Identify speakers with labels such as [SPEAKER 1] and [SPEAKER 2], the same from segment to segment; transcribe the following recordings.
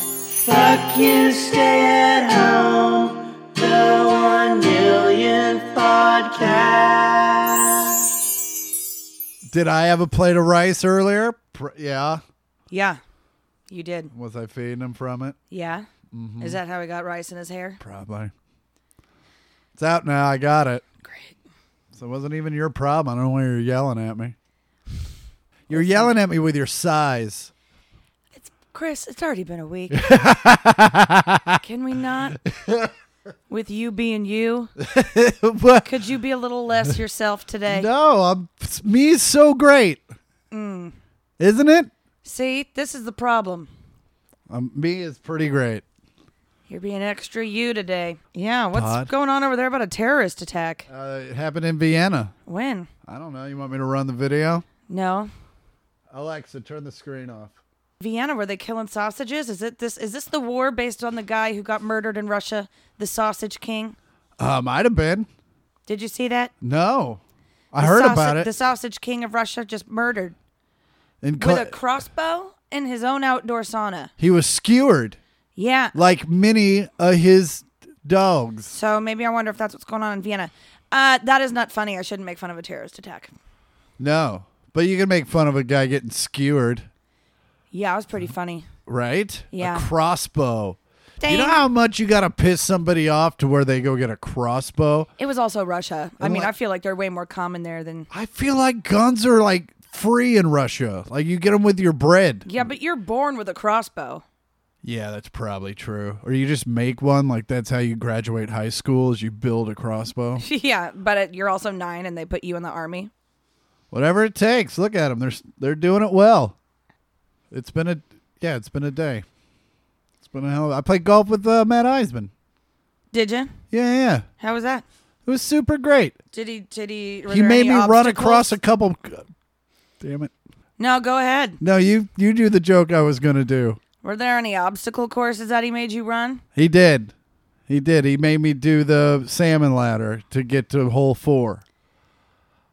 [SPEAKER 1] Fuck you, stay at home. The one millionth podcast.
[SPEAKER 2] Did I have a plate of rice earlier? Pr- yeah.
[SPEAKER 3] Yeah, you did.
[SPEAKER 2] Was I feeding him from it?
[SPEAKER 3] Yeah.
[SPEAKER 2] Mm-hmm.
[SPEAKER 3] Is that how he got rice in his hair?
[SPEAKER 2] Probably. It's out now. I got it.
[SPEAKER 3] Great.
[SPEAKER 2] So it wasn't even your problem. I don't know why you're yelling at me. You're yelling at me with your size.
[SPEAKER 3] It's Chris. It's already been a week. Can we not? With you being you,
[SPEAKER 2] What?
[SPEAKER 3] could you be a little less yourself today?
[SPEAKER 2] no, I'm, me's so great. Isn't it?
[SPEAKER 3] See, this is the problem.
[SPEAKER 2] Um, me is pretty great.
[SPEAKER 3] You're being extra you today. Yeah, what's
[SPEAKER 2] Todd?
[SPEAKER 3] going on over there about a terrorist attack?
[SPEAKER 2] Uh, it happened in Vienna.
[SPEAKER 3] When?
[SPEAKER 2] I don't know. You want me to run the video?
[SPEAKER 3] No.
[SPEAKER 2] Alexa, turn the screen off.
[SPEAKER 3] Vienna, were they killing sausages? Is it this? Is this the war based on the guy who got murdered in Russia, the Sausage King?
[SPEAKER 2] Uh, might have been.
[SPEAKER 3] Did you see that?
[SPEAKER 2] No. I
[SPEAKER 3] The
[SPEAKER 2] heard
[SPEAKER 3] sausa-
[SPEAKER 2] about it.
[SPEAKER 3] The Sausage King of Russia just murdered
[SPEAKER 2] in
[SPEAKER 3] with
[SPEAKER 2] Cl-
[SPEAKER 3] a crossbow in his own outdoor sauna.
[SPEAKER 2] he was skewered
[SPEAKER 3] Yeah.
[SPEAKER 2] like many of his dogs.
[SPEAKER 3] So maybe I wonder if that's what's going on in Vienna. Uh, that is not funny. I shouldn't make fun of a terrorist attack.
[SPEAKER 2] No, but you can make fun of a guy getting skewered,
[SPEAKER 3] Yeah, it was pretty funny.
[SPEAKER 2] right?
[SPEAKER 3] Yeah.
[SPEAKER 2] A crossbow.
[SPEAKER 3] Dang.
[SPEAKER 2] You know how much you gotta piss somebody off to where they go get a crossbow?
[SPEAKER 3] it was also Russia. I
[SPEAKER 2] And
[SPEAKER 3] mean,
[SPEAKER 2] like-
[SPEAKER 3] I feel like they're way more common there than.
[SPEAKER 2] I feel like guns are like free in Russia. Like you get them with your bread.
[SPEAKER 3] Yeah, but you're born with a crossbow.
[SPEAKER 2] Yeah, that's probably true. Or you just make one. Like that's how you graduate high school is you build a crossbow.
[SPEAKER 3] yeah, but it, you're also nine, and they put you in the army.
[SPEAKER 2] Whatever it takes. Look at them. They're s- they're doing it well. It's been a yeah. It's been a day. It's been a hell. Of, I played golf with uh, Matt Eisman.
[SPEAKER 3] Did you?
[SPEAKER 2] Yeah, yeah.
[SPEAKER 3] How was that?
[SPEAKER 2] It was super great.
[SPEAKER 3] Did he? Did he? were
[SPEAKER 2] He
[SPEAKER 3] there
[SPEAKER 2] made
[SPEAKER 3] any
[SPEAKER 2] me run
[SPEAKER 3] obstacles?
[SPEAKER 2] across a couple. Damn it!
[SPEAKER 3] No, go ahead.
[SPEAKER 2] No, you you do the joke I was gonna do.
[SPEAKER 3] Were there any obstacle courses that he made you run?
[SPEAKER 2] He did. He did. He made me do the salmon ladder to get to hole four.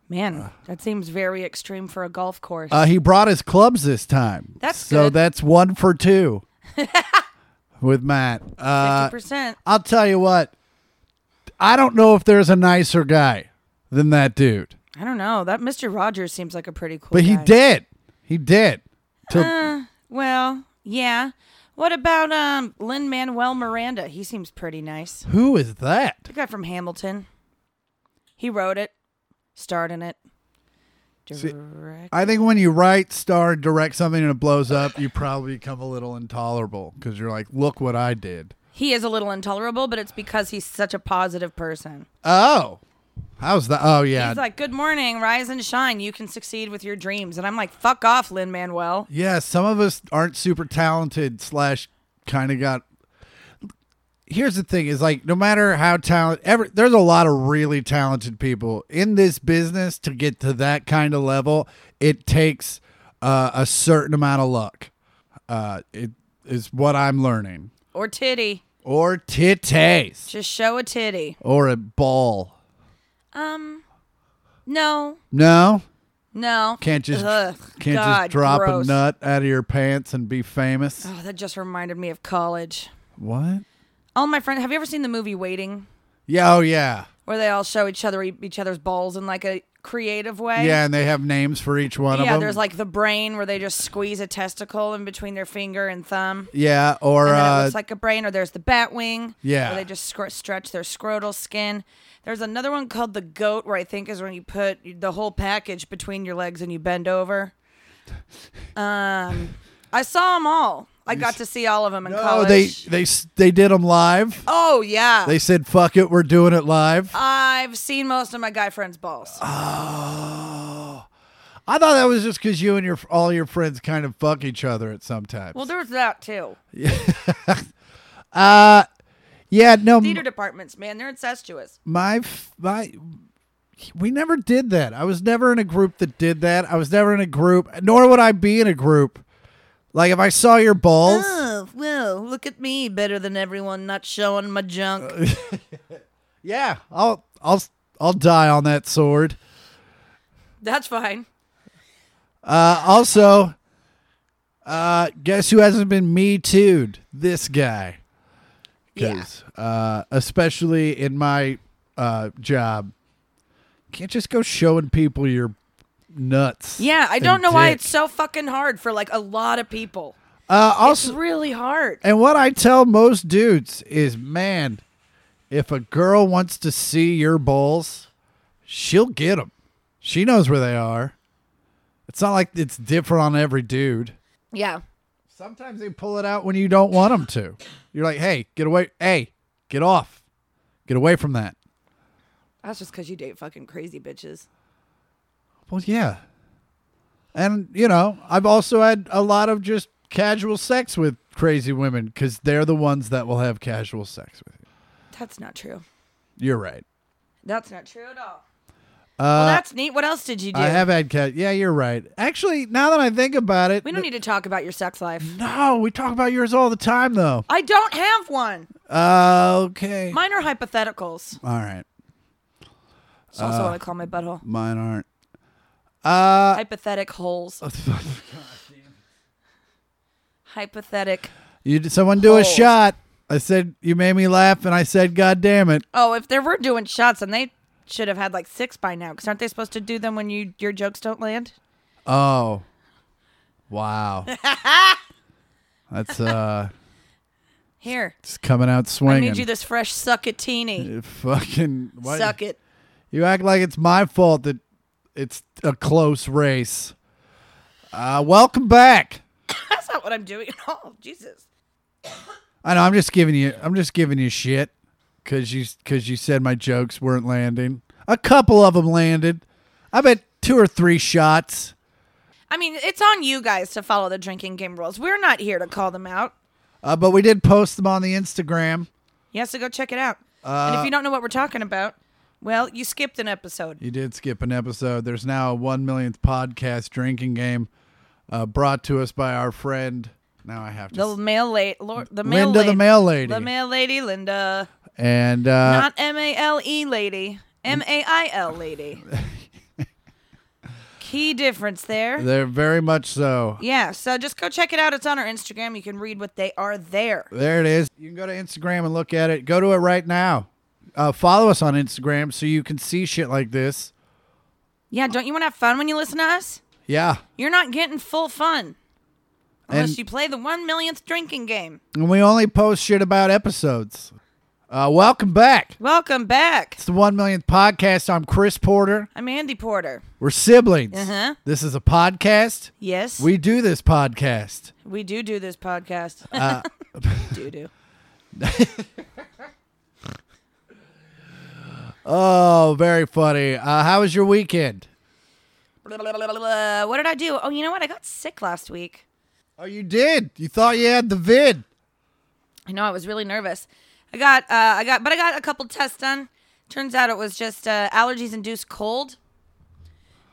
[SPEAKER 3] Man, that seems very extreme for a golf course.
[SPEAKER 2] Uh, he brought his clubs this time.
[SPEAKER 3] That's
[SPEAKER 2] so
[SPEAKER 3] good.
[SPEAKER 2] that's one for two with Matt. Uh,
[SPEAKER 3] Fifty percent.
[SPEAKER 2] I'll tell you what. I don't know if there's a nicer guy than that dude,
[SPEAKER 3] I don't know. That Mr. Rogers seems like a pretty cool.
[SPEAKER 2] but he
[SPEAKER 3] guy.
[SPEAKER 2] did. He did. To-
[SPEAKER 3] Uh. Well, yeah. What about um Lin Manuel Miranda? He seems pretty nice.
[SPEAKER 2] who is that?
[SPEAKER 3] The guy from Hamilton. He wrote it, starred in it. Direct.
[SPEAKER 2] I think when you write, star, and direct something and it blows up, you probably become a little intolerable because you're like, look what I did.
[SPEAKER 3] he is a little intolerable, but it's because he's such a positive person.
[SPEAKER 2] Oh, how's that? Oh yeah,
[SPEAKER 3] He's like, "Good morning, rise and shine. You can succeed with your dreams." And I'm like, "Fuck off, Lin Manuel."
[SPEAKER 2] yeah. Some of us aren't super talented. Slash, kind of got. Here's the thing: is like no matter how talent, ever there's a lot of really talented people in this business. To get to that kind of level, it takes uh, a certain amount of luck. Uh, it is what I'm learning.
[SPEAKER 3] Or titty.
[SPEAKER 2] Or titties,
[SPEAKER 3] Just show a titty.
[SPEAKER 2] or a ball.
[SPEAKER 3] Um, no,
[SPEAKER 2] No,
[SPEAKER 3] no.
[SPEAKER 2] can't just
[SPEAKER 3] Ugh,
[SPEAKER 2] can't
[SPEAKER 3] God,
[SPEAKER 2] just drop
[SPEAKER 3] gross.
[SPEAKER 2] a nut out of your pants and be famous.
[SPEAKER 3] Oh, that just reminded me of college.
[SPEAKER 2] What?
[SPEAKER 3] All my friends. Have you ever seen the movie Waiting,
[SPEAKER 2] Yeah, oh yeah.
[SPEAKER 3] where they all show each other e, each other's balls in like a creative way?
[SPEAKER 2] Yeah, and they have names for each one of
[SPEAKER 3] Yeah,
[SPEAKER 2] them.
[SPEAKER 3] there's like the brain where they just squeeze a testicle in between their finger and thumb.
[SPEAKER 2] Yeah, or
[SPEAKER 3] and then it
[SPEAKER 2] uh
[SPEAKER 3] looks like a brain, or there's the bat wing.
[SPEAKER 2] Yeah.
[SPEAKER 3] Where they just scr- stretch their scrotal skin. There's another one called the goat, where I think is when you put the whole package between your legs and you bend over. Um, I saw them all. I got to see all of them in
[SPEAKER 2] Oh,
[SPEAKER 3] college.
[SPEAKER 2] they they s- they did them live.
[SPEAKER 3] oh yeah.
[SPEAKER 2] They said fuck it, we're doing it live.
[SPEAKER 3] Oh. I've seen most of my guy friends' balls.
[SPEAKER 2] oh. I thought that was just cuz you and your all your friends kind of fuck each other at some times.
[SPEAKER 3] well, there's that too.
[SPEAKER 2] uh yeah, no.
[SPEAKER 3] Theater departments, man, they're incestuous.
[SPEAKER 2] my f- my we never did that i was never in a group that did that i was never in a group nor would i be in a group like if i saw your balls
[SPEAKER 3] Oh, well, look at me, better than everyone, not showing my junk.
[SPEAKER 2] yeah i'll i'll i'll die on that sword
[SPEAKER 3] That's fine.
[SPEAKER 2] uh also Uh, guess who hasn't been me too'd? This guy.
[SPEAKER 3] Yeah.
[SPEAKER 2] 'Cause, Uh, especially in my uh, job, can't just go showing people your nuts.
[SPEAKER 3] Yeah, I don't
[SPEAKER 2] and
[SPEAKER 3] know why
[SPEAKER 2] dick.
[SPEAKER 3] it's so fucking hard for like a lot of people.
[SPEAKER 2] Uh,
[SPEAKER 3] It's
[SPEAKER 2] also,
[SPEAKER 3] really hard.
[SPEAKER 2] and what I tell most dudes is, man, if a girl wants to see your balls, she'll get them. She knows where they are. It's not like it's different on every dude.
[SPEAKER 3] Yeah.
[SPEAKER 2] Sometimes they pull it out when you don't want them to. You're like, hey, get away. Hey, get off. Get away from that.
[SPEAKER 3] That's just because you date fucking crazy bitches.
[SPEAKER 2] Well, yeah. And, you know, I've also had a lot of just casual sex with crazy women because they're the ones that will have casual sex with you.
[SPEAKER 3] That's not true.
[SPEAKER 2] You're right.
[SPEAKER 3] That's not true at all. well, that's neat. What else did you do?
[SPEAKER 2] I have had cat. Yeah, you're right. Actually, now that I think about it,
[SPEAKER 3] we don't need to talk about your sex life.
[SPEAKER 2] no, we talk about yours all the time, though.
[SPEAKER 3] I don't have one.
[SPEAKER 2] Uh, okay.
[SPEAKER 3] Mine are hypotheticals.
[SPEAKER 2] all right.
[SPEAKER 3] It's also what I call my butthole.
[SPEAKER 2] Mine aren't. Uh,
[SPEAKER 3] Hypothetic holes. Hypothetic.
[SPEAKER 2] you did someone do a
[SPEAKER 3] Holes.
[SPEAKER 2] shot. I said you made me laugh, and I said, "God damn it!"
[SPEAKER 3] Oh, if they were doing shots, and they should have had like six by now, because aren't they supposed to do them when you your jokes don't land?
[SPEAKER 2] Oh, wow. That's uh,
[SPEAKER 3] Here,
[SPEAKER 2] it's coming out
[SPEAKER 3] I
[SPEAKER 2] swinging.
[SPEAKER 3] made you this fresh suckatini.
[SPEAKER 2] Fucking what?
[SPEAKER 3] Suck it.
[SPEAKER 2] You act like it's my fault that it's a close race. Uh, welcome back.
[SPEAKER 3] That's not what I'm doing at all. Jesus.
[SPEAKER 2] I know. I'm just giving you. I'm just giving you shit because you because you said my jokes weren't landing. A couple of them landed. I bet two or three shots.
[SPEAKER 3] I mean, it's on you guys to follow the drinking game rules. We're not here to call them out.
[SPEAKER 2] Uh, but we did post them on the Instagram.
[SPEAKER 3] You have to go check it out.
[SPEAKER 2] Uh,
[SPEAKER 3] and if you don't know what we're talking about, well, you skipped an episode.
[SPEAKER 2] You did skip an episode. There's now a one millionth podcast drinking game uh, brought to us by our friend. Now I have to.
[SPEAKER 3] The
[SPEAKER 2] s-
[SPEAKER 3] mail late, Lord, the mail
[SPEAKER 2] Linda,
[SPEAKER 3] lady,
[SPEAKER 2] the mail lady,
[SPEAKER 3] the mail lady, Linda,
[SPEAKER 2] and uh,
[SPEAKER 3] not M A L E lady, M A I L lady. Key difference there.
[SPEAKER 2] they're very much so.
[SPEAKER 3] yeah, so just go check it out. It's on our Instagram. You can read what they are there.
[SPEAKER 2] There it is. You can go to Instagram and look at it. Go to it right now. Uh, follow us on Instagram so you can see shit like this.
[SPEAKER 3] Yeah, don't you want to have fun when you listen to us?
[SPEAKER 2] Yeah.
[SPEAKER 3] You're not getting full fun unless
[SPEAKER 2] And-
[SPEAKER 3] you play the one millionth drinking game.
[SPEAKER 2] And we only post shit about episodes. Uh, welcome back.
[SPEAKER 3] Welcome back.
[SPEAKER 2] It's the 1 millionth podcast. I'm Chris Porter.
[SPEAKER 3] I'm Andy Porter.
[SPEAKER 2] We're siblings.
[SPEAKER 3] Uh-huh.
[SPEAKER 2] This is a podcast.
[SPEAKER 3] Yes, we,
[SPEAKER 2] We do this podcast.
[SPEAKER 3] we do do this podcast.
[SPEAKER 2] Uh,
[SPEAKER 3] do do.
[SPEAKER 2] Oh, very funny. Uh, how was your weekend?
[SPEAKER 3] What did I do? Oh, you know what? I got sick last week.
[SPEAKER 2] Oh, you did. You thought you had the vid.
[SPEAKER 3] I know I was really nervous. I got, uh, I got, but I got a couple tests done. Turns out it was just uh, allergies induced cold,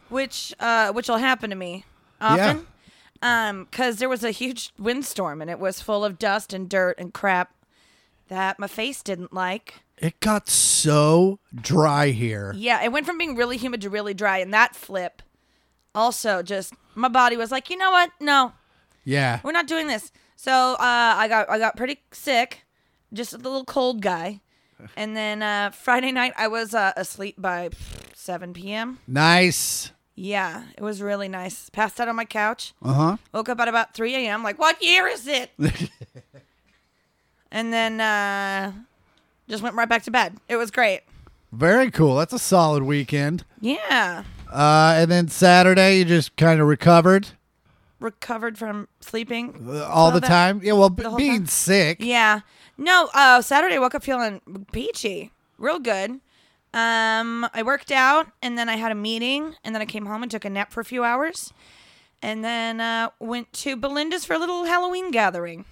[SPEAKER 3] which, uh, which will happen to me often.
[SPEAKER 2] Yeah.
[SPEAKER 3] um because there was a huge windstorm and it was full of dust and dirt and crap that my face didn't like
[SPEAKER 2] It got so dry here.
[SPEAKER 3] yeah it went from being really humid to really dry and that flip also just my body was like you know what no
[SPEAKER 2] Yeah.
[SPEAKER 3] we're not doing this so uh i got i got pretty sick just a little cold guy and then uh friday night i was uh, asleep by 7 p.m
[SPEAKER 2] Nice.
[SPEAKER 3] yeah it was really nice passed out on my couch
[SPEAKER 2] Uh huh.
[SPEAKER 3] Woke up at about 3 a.m. Like, what year is it? and then uh, just went right back to bed. It was great.
[SPEAKER 2] Very cool. That's a solid weekend.
[SPEAKER 3] Yeah.
[SPEAKER 2] Uh, and then Saturday, you just kind of recovered
[SPEAKER 3] Recovered from sleeping.
[SPEAKER 2] uh, all
[SPEAKER 3] Well,
[SPEAKER 2] the
[SPEAKER 3] that-
[SPEAKER 2] time. Yeah, well, b-
[SPEAKER 3] whole
[SPEAKER 2] being
[SPEAKER 3] time.
[SPEAKER 2] sick.
[SPEAKER 3] Yeah. No, uh, Saturday I woke up feeling peachy, real good. Um, I worked out and then I had a meeting and then I came home and took a nap for a few hours and then uh, went to Belinda's for a little Halloween gathering.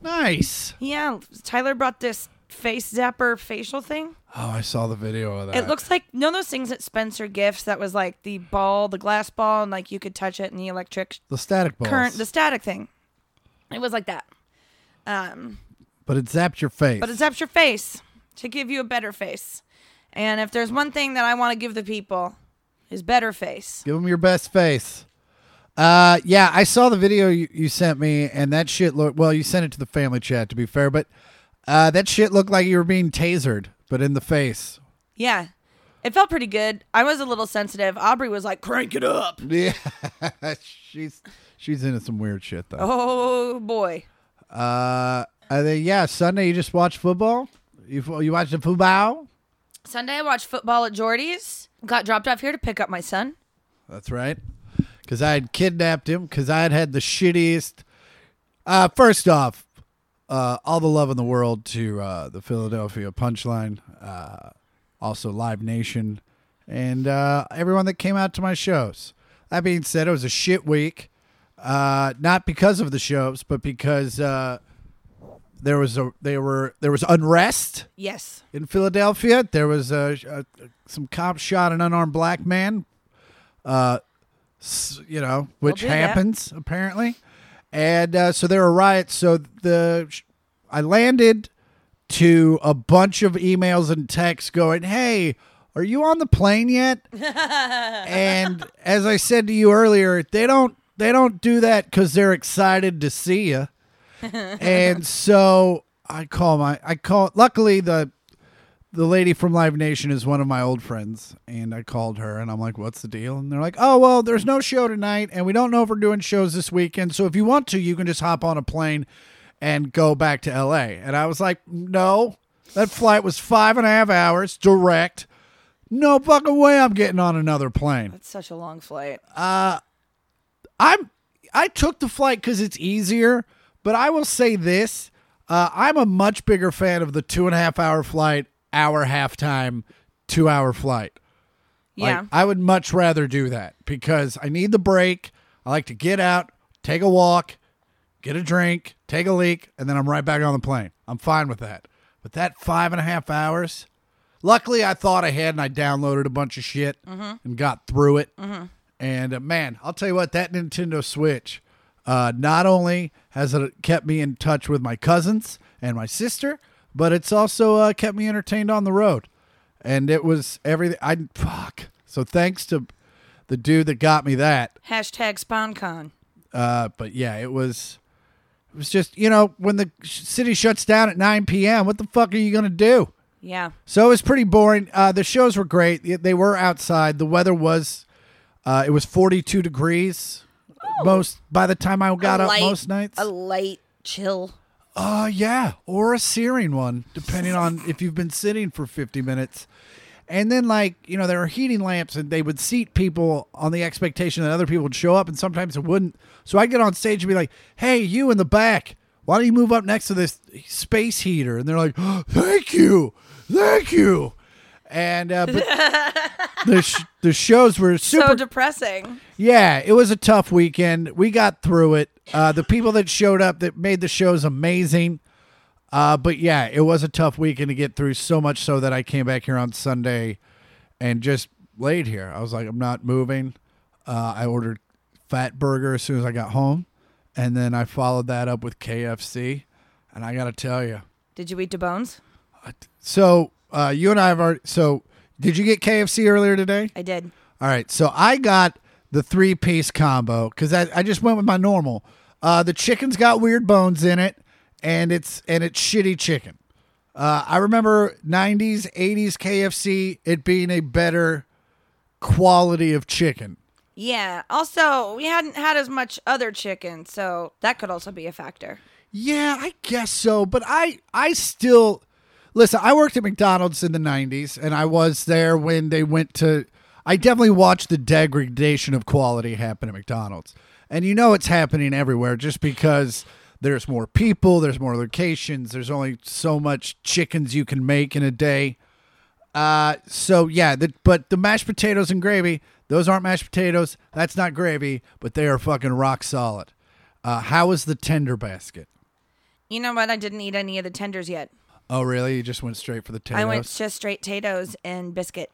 [SPEAKER 2] Nice.
[SPEAKER 3] Yeah. Tyler brought this face zapper facial thing.
[SPEAKER 2] Oh, I saw the video of that.
[SPEAKER 3] It looks like you know those things at Spencer Gifts that was like the ball, the glass ball, and like you could touch it and the electric
[SPEAKER 2] the static balls.
[SPEAKER 3] current, the static thing. It was like that, um,
[SPEAKER 2] but it zapped your face.
[SPEAKER 3] but it zaps your face to give you a better face. And if there's one thing that I want to give the people, is better face.
[SPEAKER 2] Give them your best face. Uh, yeah, I saw the video you, you sent me, and that shit looked. Well, you sent it to the family chat, to be fair, but uh, that shit looked like you were being tasered, but in the face.
[SPEAKER 3] Yeah. It felt pretty good. I was a little sensitive. Aubrey was like, crank it up.
[SPEAKER 2] Yeah, she's she's into some weird shit though.
[SPEAKER 3] Oh, boy.
[SPEAKER 2] Uh, and then, yeah, Sunday you just watch football. You fo- you watch the football.
[SPEAKER 3] Sunday, I watched football at Jordy's. Got dropped off here to pick up my son.
[SPEAKER 2] That's right. Because I had kidnapped him. Because I had had the shittiest. Uh, first off, uh, all the love in the world to uh, the Philadelphia Punchline, uh, also Live Nation, and uh, everyone that came out to my shows. That being said, it was a shit week. Uh, not because of the shows, but because uh, there was a they were there was unrest
[SPEAKER 3] Yes.
[SPEAKER 2] in Philadelphia. There was a, a some cops shot an unarmed black man. Uh, s- you know, which
[SPEAKER 3] do that.
[SPEAKER 2] happens apparently, and uh, so there were riots. So the I landed to a bunch of emails and texts going, "Hey, are you on the plane yet?" and as I said to you earlier, they don't they don't do that because they're excited to see you. and so I call my I call. Luckily, the the lady from Live Nation is one of my old friends, and I called her and I'm like, "What's the deal?" And they're like, "Oh well, there's no show tonight, and we don't know if we're doing shows this weekend. So if you want to, you can just hop on a plane and go back to L.A." And I was like, "No, that flight was five and a half hours direct. No fucking way, I'm getting on another plane."
[SPEAKER 3] It's such a long flight.
[SPEAKER 2] I'm I took the flight because it's easier, but I will say this: uh, I'm a much bigger fan of the two and a half hour flight, hour half time, two hour flight. Like,
[SPEAKER 3] yeah.
[SPEAKER 2] I would much rather do that because I need the break. I like to get out, take a walk, get a drink, take a leak, and then I'm right back on the plane. I'm fine with that. But that five and a half hours, luckily I thought ahead and I downloaded a bunch of shit and got through it. And uh, man, I'll tell you what, that Nintendo Switch uh, not only has it kept me in touch with my cousins and my sister, but it's also uh, kept me entertained on the road and it was everything. I fuck. So thanks to the dude that got me that.
[SPEAKER 3] Hashtag SpawnCon.
[SPEAKER 2] Uh, but yeah, it was. It was just you know when the sh- city shuts down at 9 p.m. What the fuck are you gonna do?
[SPEAKER 3] Yeah.
[SPEAKER 2] So it was pretty boring. Uh, the shows were great. They- They were outside. The weather was. Uh, it was 42 degrees. Most by the time I got up
[SPEAKER 3] Oh. light-
[SPEAKER 2] most nights.
[SPEAKER 3] A light chill.
[SPEAKER 2] Uh yeah, or a searing one, depending on if you've been sitting for 50 minutes. And then like, you know, there are heating lamps and they would seat people on the expectation that other people would show up and sometimes it wouldn't. So I'd get on stage and be like, "Hey, you in the back, why don't you move up next to this space heater?" And they're like, "Oh, "Thank you. Thank you." And uh, but the sh- the shows were super
[SPEAKER 3] So depressing.
[SPEAKER 2] yeah, it was a tough weekend. We got through it. Uh, the people that showed up that made the shows amazing. Uh, but yeah, it was a tough weekend to get through. So much so that I came back here on Sunday and just laid here. I was like, I'm not moving. Uh, I ordered fat burger as soon as I got home, and then I followed that up with KFC. And I gotta tell you,
[SPEAKER 3] Did you eat the bones?
[SPEAKER 2] so uh, you and I have already. So did you get KFC earlier today?
[SPEAKER 3] I did.
[SPEAKER 2] All right, so I got the three piece combo because I, I just went with my normal. Uh, the chicken's got weird bones in it, and it's and it's shitty chicken. Uh, I remember '90s, '80s KFC it being a better quality of chicken.
[SPEAKER 3] Yeah. Also, we hadn't had as much other chicken, so that could also be a factor.
[SPEAKER 2] Yeah, I guess so. But I I still listen. I worked at McDonald's in the '90s, and I was there when they went to. I definitely watched the degradation of quality happen at McDonald's, and you know it's happening everywhere just because there's more people, there's more locations, there's only so much chickens you can make in a day. Uh, so yeah, the, but the mashed potatoes and gravy, those aren't mashed potatoes. That's not gravy, but they are fucking rock solid. Uh, how was the tender basket?
[SPEAKER 3] You know what? I didn't eat any of the tenders yet.
[SPEAKER 2] Oh, really? You just went straight for the potatoes.
[SPEAKER 3] I went just straight potatoes and biscuit.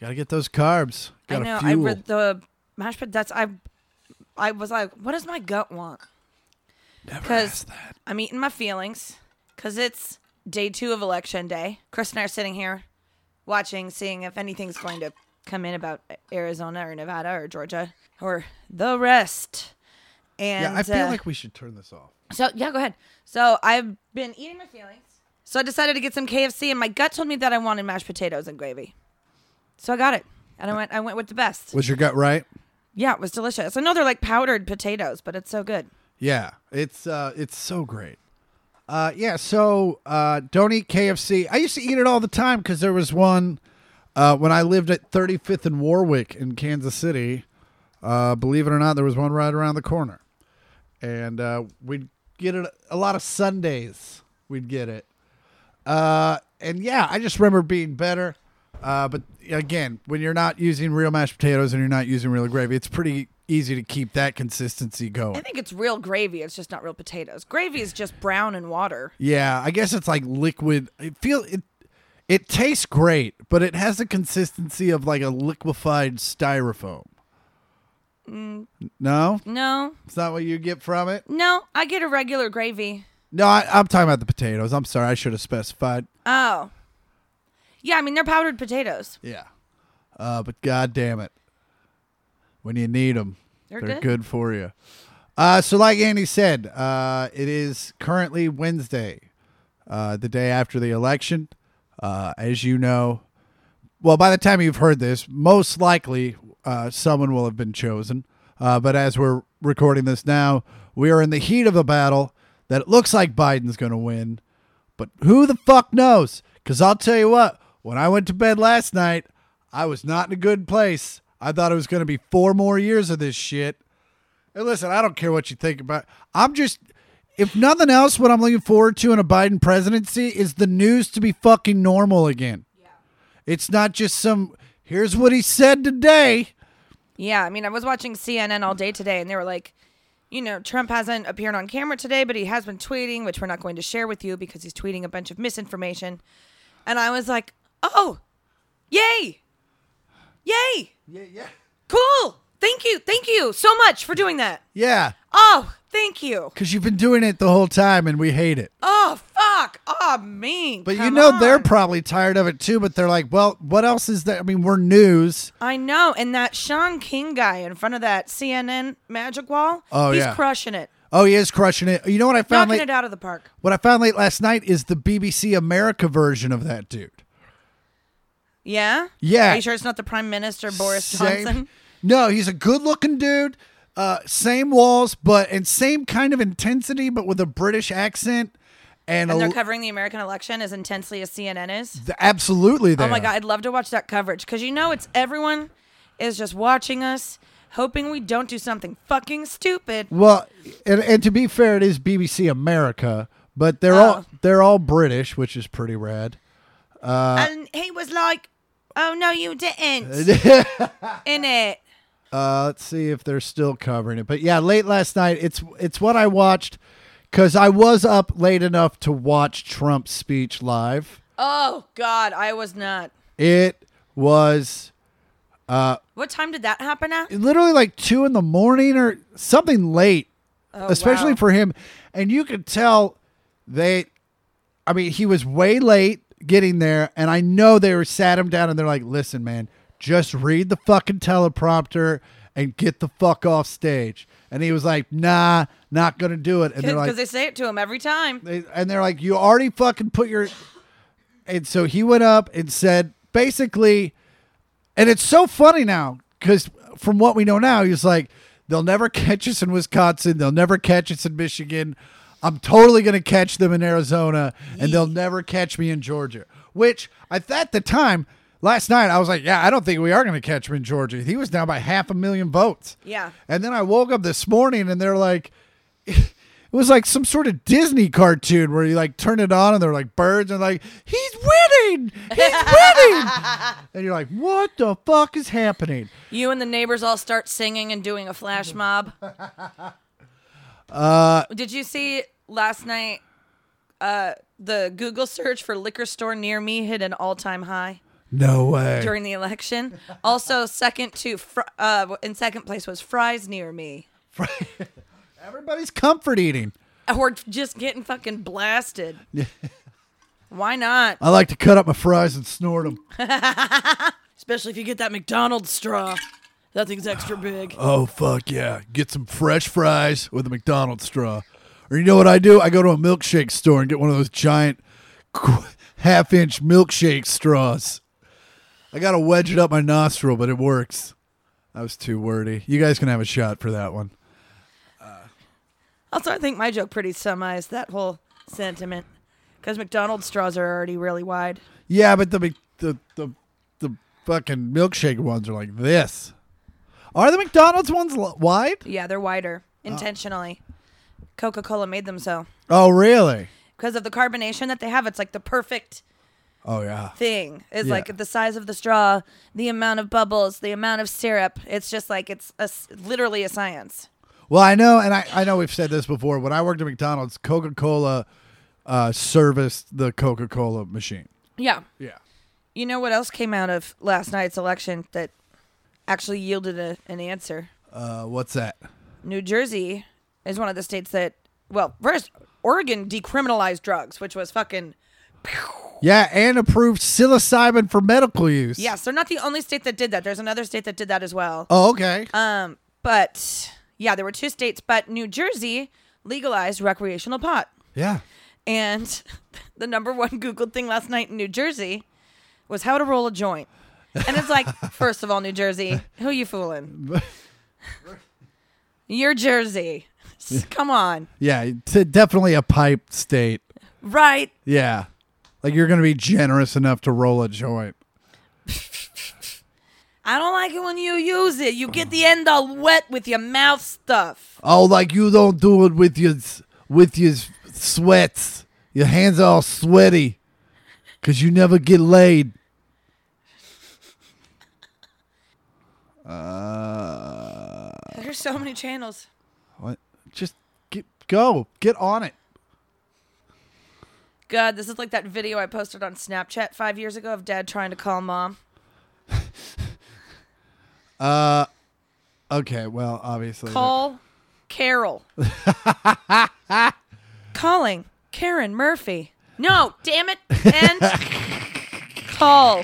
[SPEAKER 2] Gotta get those carbs. Gotta
[SPEAKER 3] I know.
[SPEAKER 2] fuel.
[SPEAKER 3] I read the mashed pot. That's I. I was like, what does my gut want? Because I'm eating my feelings. Because it's day two of election day. Chris and I are sitting here, watching, seeing if anything's going to come in about Arizona or Nevada or Georgia or the rest. And
[SPEAKER 2] yeah, I feel
[SPEAKER 3] uh,
[SPEAKER 2] like we should turn this off.
[SPEAKER 3] so yeah, go ahead. So I've been eating my feelings. So I decided to get some KFC, and my gut told me that I wanted mashed potatoes and gravy. So I got it, and I went. I went with the best.
[SPEAKER 2] Was your gut right?
[SPEAKER 3] Yeah, it was delicious. I know they're like powdered potatoes, but it's so good.
[SPEAKER 2] Yeah, it's uh, it's so great. Uh, yeah, so uh, don't eat KFC. I used to eat it all the time because there was one uh, when I lived at 35th and Warwick in Kansas City. Uh, believe it or not, there was one right around the corner, and uh, we'd get it a lot of Sundays. We'd get it, uh, and yeah, I just remember being better. Uh, but again, when you're not using real mashed potatoes and you're not using real gravy, it's pretty easy to keep that consistency going.
[SPEAKER 3] I think it's real gravy. It's just not real potatoes. Gravy is just brown and water.
[SPEAKER 2] Yeah, I guess it's like liquid. It feel it. It tastes great, but it has the consistency of like a liquefied styrofoam. No,
[SPEAKER 3] No,
[SPEAKER 2] it's not what you get from it.
[SPEAKER 3] no, I get a regular gravy.
[SPEAKER 2] No, I, I'm talking about the potatoes. I'm sorry, I should have specified.
[SPEAKER 3] Oh, yeah. I mean, they're powdered potatoes.
[SPEAKER 2] Yeah, uh, but god damn it, when you need them,
[SPEAKER 3] They're
[SPEAKER 2] they're
[SPEAKER 3] good.
[SPEAKER 2] good for you. Uh, so, like Andy said, uh, it is currently Wednesday, uh, the day after the election. Uh, as you know, well, by the time you've heard this, most likely uh, someone will have been chosen. Uh, but as we're recording this now, we are in the heat of a battle that it looks like Biden's going to win. But who the fuck knows? Because I'll tell you what, when I went to bed last night, I was not in a good place. I thought it was going to be four more years of this shit. And listen, I don't care what you think about. I'm just, if nothing else, what I'm looking forward to in a Biden presidency is the news to be fucking normal again. It's not just some. Here's what he said today.
[SPEAKER 3] Yeah, I mean, I was watching CNN all day today, and they were like, you know, Trump hasn't appeared on camera today, but he has been tweeting, which we're not going to share with you because he's tweeting a bunch of misinformation. And I was like, oh, yay, yay,
[SPEAKER 2] Yeah, yeah,
[SPEAKER 3] cool. Thank you, thank you so much for doing that.
[SPEAKER 2] yeah.
[SPEAKER 3] Oh, thank you.
[SPEAKER 2] Because you've been doing it the whole time, and we hate it.
[SPEAKER 3] Oh, fuck. Oh, mean.
[SPEAKER 2] But you
[SPEAKER 3] Come
[SPEAKER 2] know they're
[SPEAKER 3] on.
[SPEAKER 2] probably tired of it too. But they're like, well, what else is there? I mean, we're news.
[SPEAKER 3] I know. And that Sean King guy in front of that CNN magic wall,
[SPEAKER 2] Oh,
[SPEAKER 3] he's
[SPEAKER 2] yeah.
[SPEAKER 3] crushing it,
[SPEAKER 2] Oh, he is crushing it. You know what I found?
[SPEAKER 3] knocking
[SPEAKER 2] Late,
[SPEAKER 3] it out of the park.
[SPEAKER 2] what I found late last night is the BBC America version of that dude.
[SPEAKER 3] Yeah.
[SPEAKER 2] Yeah.
[SPEAKER 3] Are you sure it's not the Prime Minister Boris
[SPEAKER 2] Same-
[SPEAKER 3] Johnson?
[SPEAKER 2] No, he's a good-looking dude. Uh, same walls, but and same kind of intensity, but with a British accent. And,
[SPEAKER 3] And
[SPEAKER 2] a,
[SPEAKER 3] they're covering the American election as intensely as CNN is.
[SPEAKER 2] th- absolutely, they
[SPEAKER 3] Oh my
[SPEAKER 2] are.
[SPEAKER 3] god, I'd love to watch that coverage because you know it's everyone is just watching us, hoping we don't do something fucking stupid.
[SPEAKER 2] Well, and, and to be fair, it is BBC America, but they're all
[SPEAKER 3] Oh.
[SPEAKER 2] they're all British, which is pretty rad. Uh,
[SPEAKER 3] and he was like, "Oh no, you didn't." in it.
[SPEAKER 2] Uh, let's see if they're still covering it. But yeah, late last night, it's it's what I watched because I was up late enough to watch Trump's speech live.
[SPEAKER 3] Oh god, I was not.
[SPEAKER 2] It was
[SPEAKER 3] What time did that happen at?
[SPEAKER 2] literally like two in the morning or something late, especially
[SPEAKER 3] wow.
[SPEAKER 2] for him. And you could tell they, I mean, he was way late getting there. And I know they were sat him down and they're like, listen, man, just read the fucking teleprompter and get the fuck off stage. And he was like, nah, not going to do it. And they're
[SPEAKER 3] Because
[SPEAKER 2] like,
[SPEAKER 3] they say it to him every time.
[SPEAKER 2] they, and they're like, "You already fucking put your." And so he went up and said, basically, and it's so funny now because from what we know now, he was like, "They'll never catch us in Wisconsin. They'll never catch us in Michigan. I'm totally gonna catch them in Arizona, and they'll never catch me in Georgia." Which I at the time. Last night I was like, "Yeah, I don't think we are going to catch him in Georgia." He was down by half a million votes.
[SPEAKER 3] Yeah.
[SPEAKER 2] And then I woke up this morning and they're like, it was like some sort of Disney cartoon where you like turn it on and they're like birds and like, he's winning, he's winning. and you're like, what the fuck is happening?
[SPEAKER 3] You and the neighbors all start singing and doing a flash mob. Did you see last night? Uh, the Google search for liquor store near me hit an all-time high
[SPEAKER 2] No way.
[SPEAKER 3] during the election. Also, second to fr- uh, in second place was fries near me.
[SPEAKER 2] Everybody's comfort eating.
[SPEAKER 3] We're just getting fucking blasted. Why not?
[SPEAKER 2] I like to cut up my fries and snort them.
[SPEAKER 3] It's especially if you get that McDonald's straw. That thing's extra big.
[SPEAKER 2] Oh fuck yeah! Get some fresh fries with a McDonald's straw, or you know what I do? I go to a milkshake store and get one of those giant qu- half-inch milkshake straws. I gotta wedge it up my nostril, but it works. I was too wordy. You guys can have a shot for that one.
[SPEAKER 3] Also, I think my joke pretty summarized that whole sentiment because McDonald's straws are already really wide.
[SPEAKER 2] Yeah, but the Mc- the the, the fucking milkshake ones are like this. Are the McDonald's ones li- wide?
[SPEAKER 3] Yeah, they're wider intentionally. Coca Cola made them so
[SPEAKER 2] Oh really?
[SPEAKER 3] because of the carbonation that they have. It's like the perfect
[SPEAKER 2] Oh yeah.
[SPEAKER 3] thing. It's
[SPEAKER 2] Yeah.
[SPEAKER 3] like the size of the straw, the amount of bubbles, the amount of syrup. It's just like it's a s literally a science.
[SPEAKER 2] Well, I know, and I, I know we've said this before. When I worked at McDonald's, Coca Cola uh, serviced the Coca Cola machine.
[SPEAKER 3] Yeah.
[SPEAKER 2] Yeah.
[SPEAKER 3] You know what else came out of last night's election that actually yielded a, an answer?
[SPEAKER 2] Uh, what's that?
[SPEAKER 3] New Jersey is one of the states that, well, first, Oregon decriminalized drugs, which was fucking.
[SPEAKER 2] Yeah, and approved psilocybin for medical use.
[SPEAKER 3] Yes, they're not the only state that did that. There's another state that did that as well.
[SPEAKER 2] Oh, okay.
[SPEAKER 3] Um, but yeah, there were two states, but New Jersey legalized recreational pot.
[SPEAKER 2] yeah.
[SPEAKER 3] And the number one Googled thing last night in New Jersey was how to roll a joint. And it's like, first of all, New Jersey, who you fooling? Your Jersey. S- Come on.
[SPEAKER 2] Yeah. It's a- definitely a pipe state.
[SPEAKER 3] Right.
[SPEAKER 2] Yeah. Like you're going to be generous enough to roll a joint.
[SPEAKER 3] I don't like it when you use it. You get the end all wet with your mouth stuff.
[SPEAKER 2] Oh, like you don't do it with your s- with your s- sweats. Your hands are all sweaty because you never get laid. Uh,
[SPEAKER 3] There's so many channels.
[SPEAKER 2] what? Just get go, get on it.
[SPEAKER 3] God, this is like that video I posted on Snapchat five years ago of dad trying to call mom.
[SPEAKER 2] Okay, well, obviously,
[SPEAKER 3] Call Carol. Calling Karen Murphy. No, damn it. And call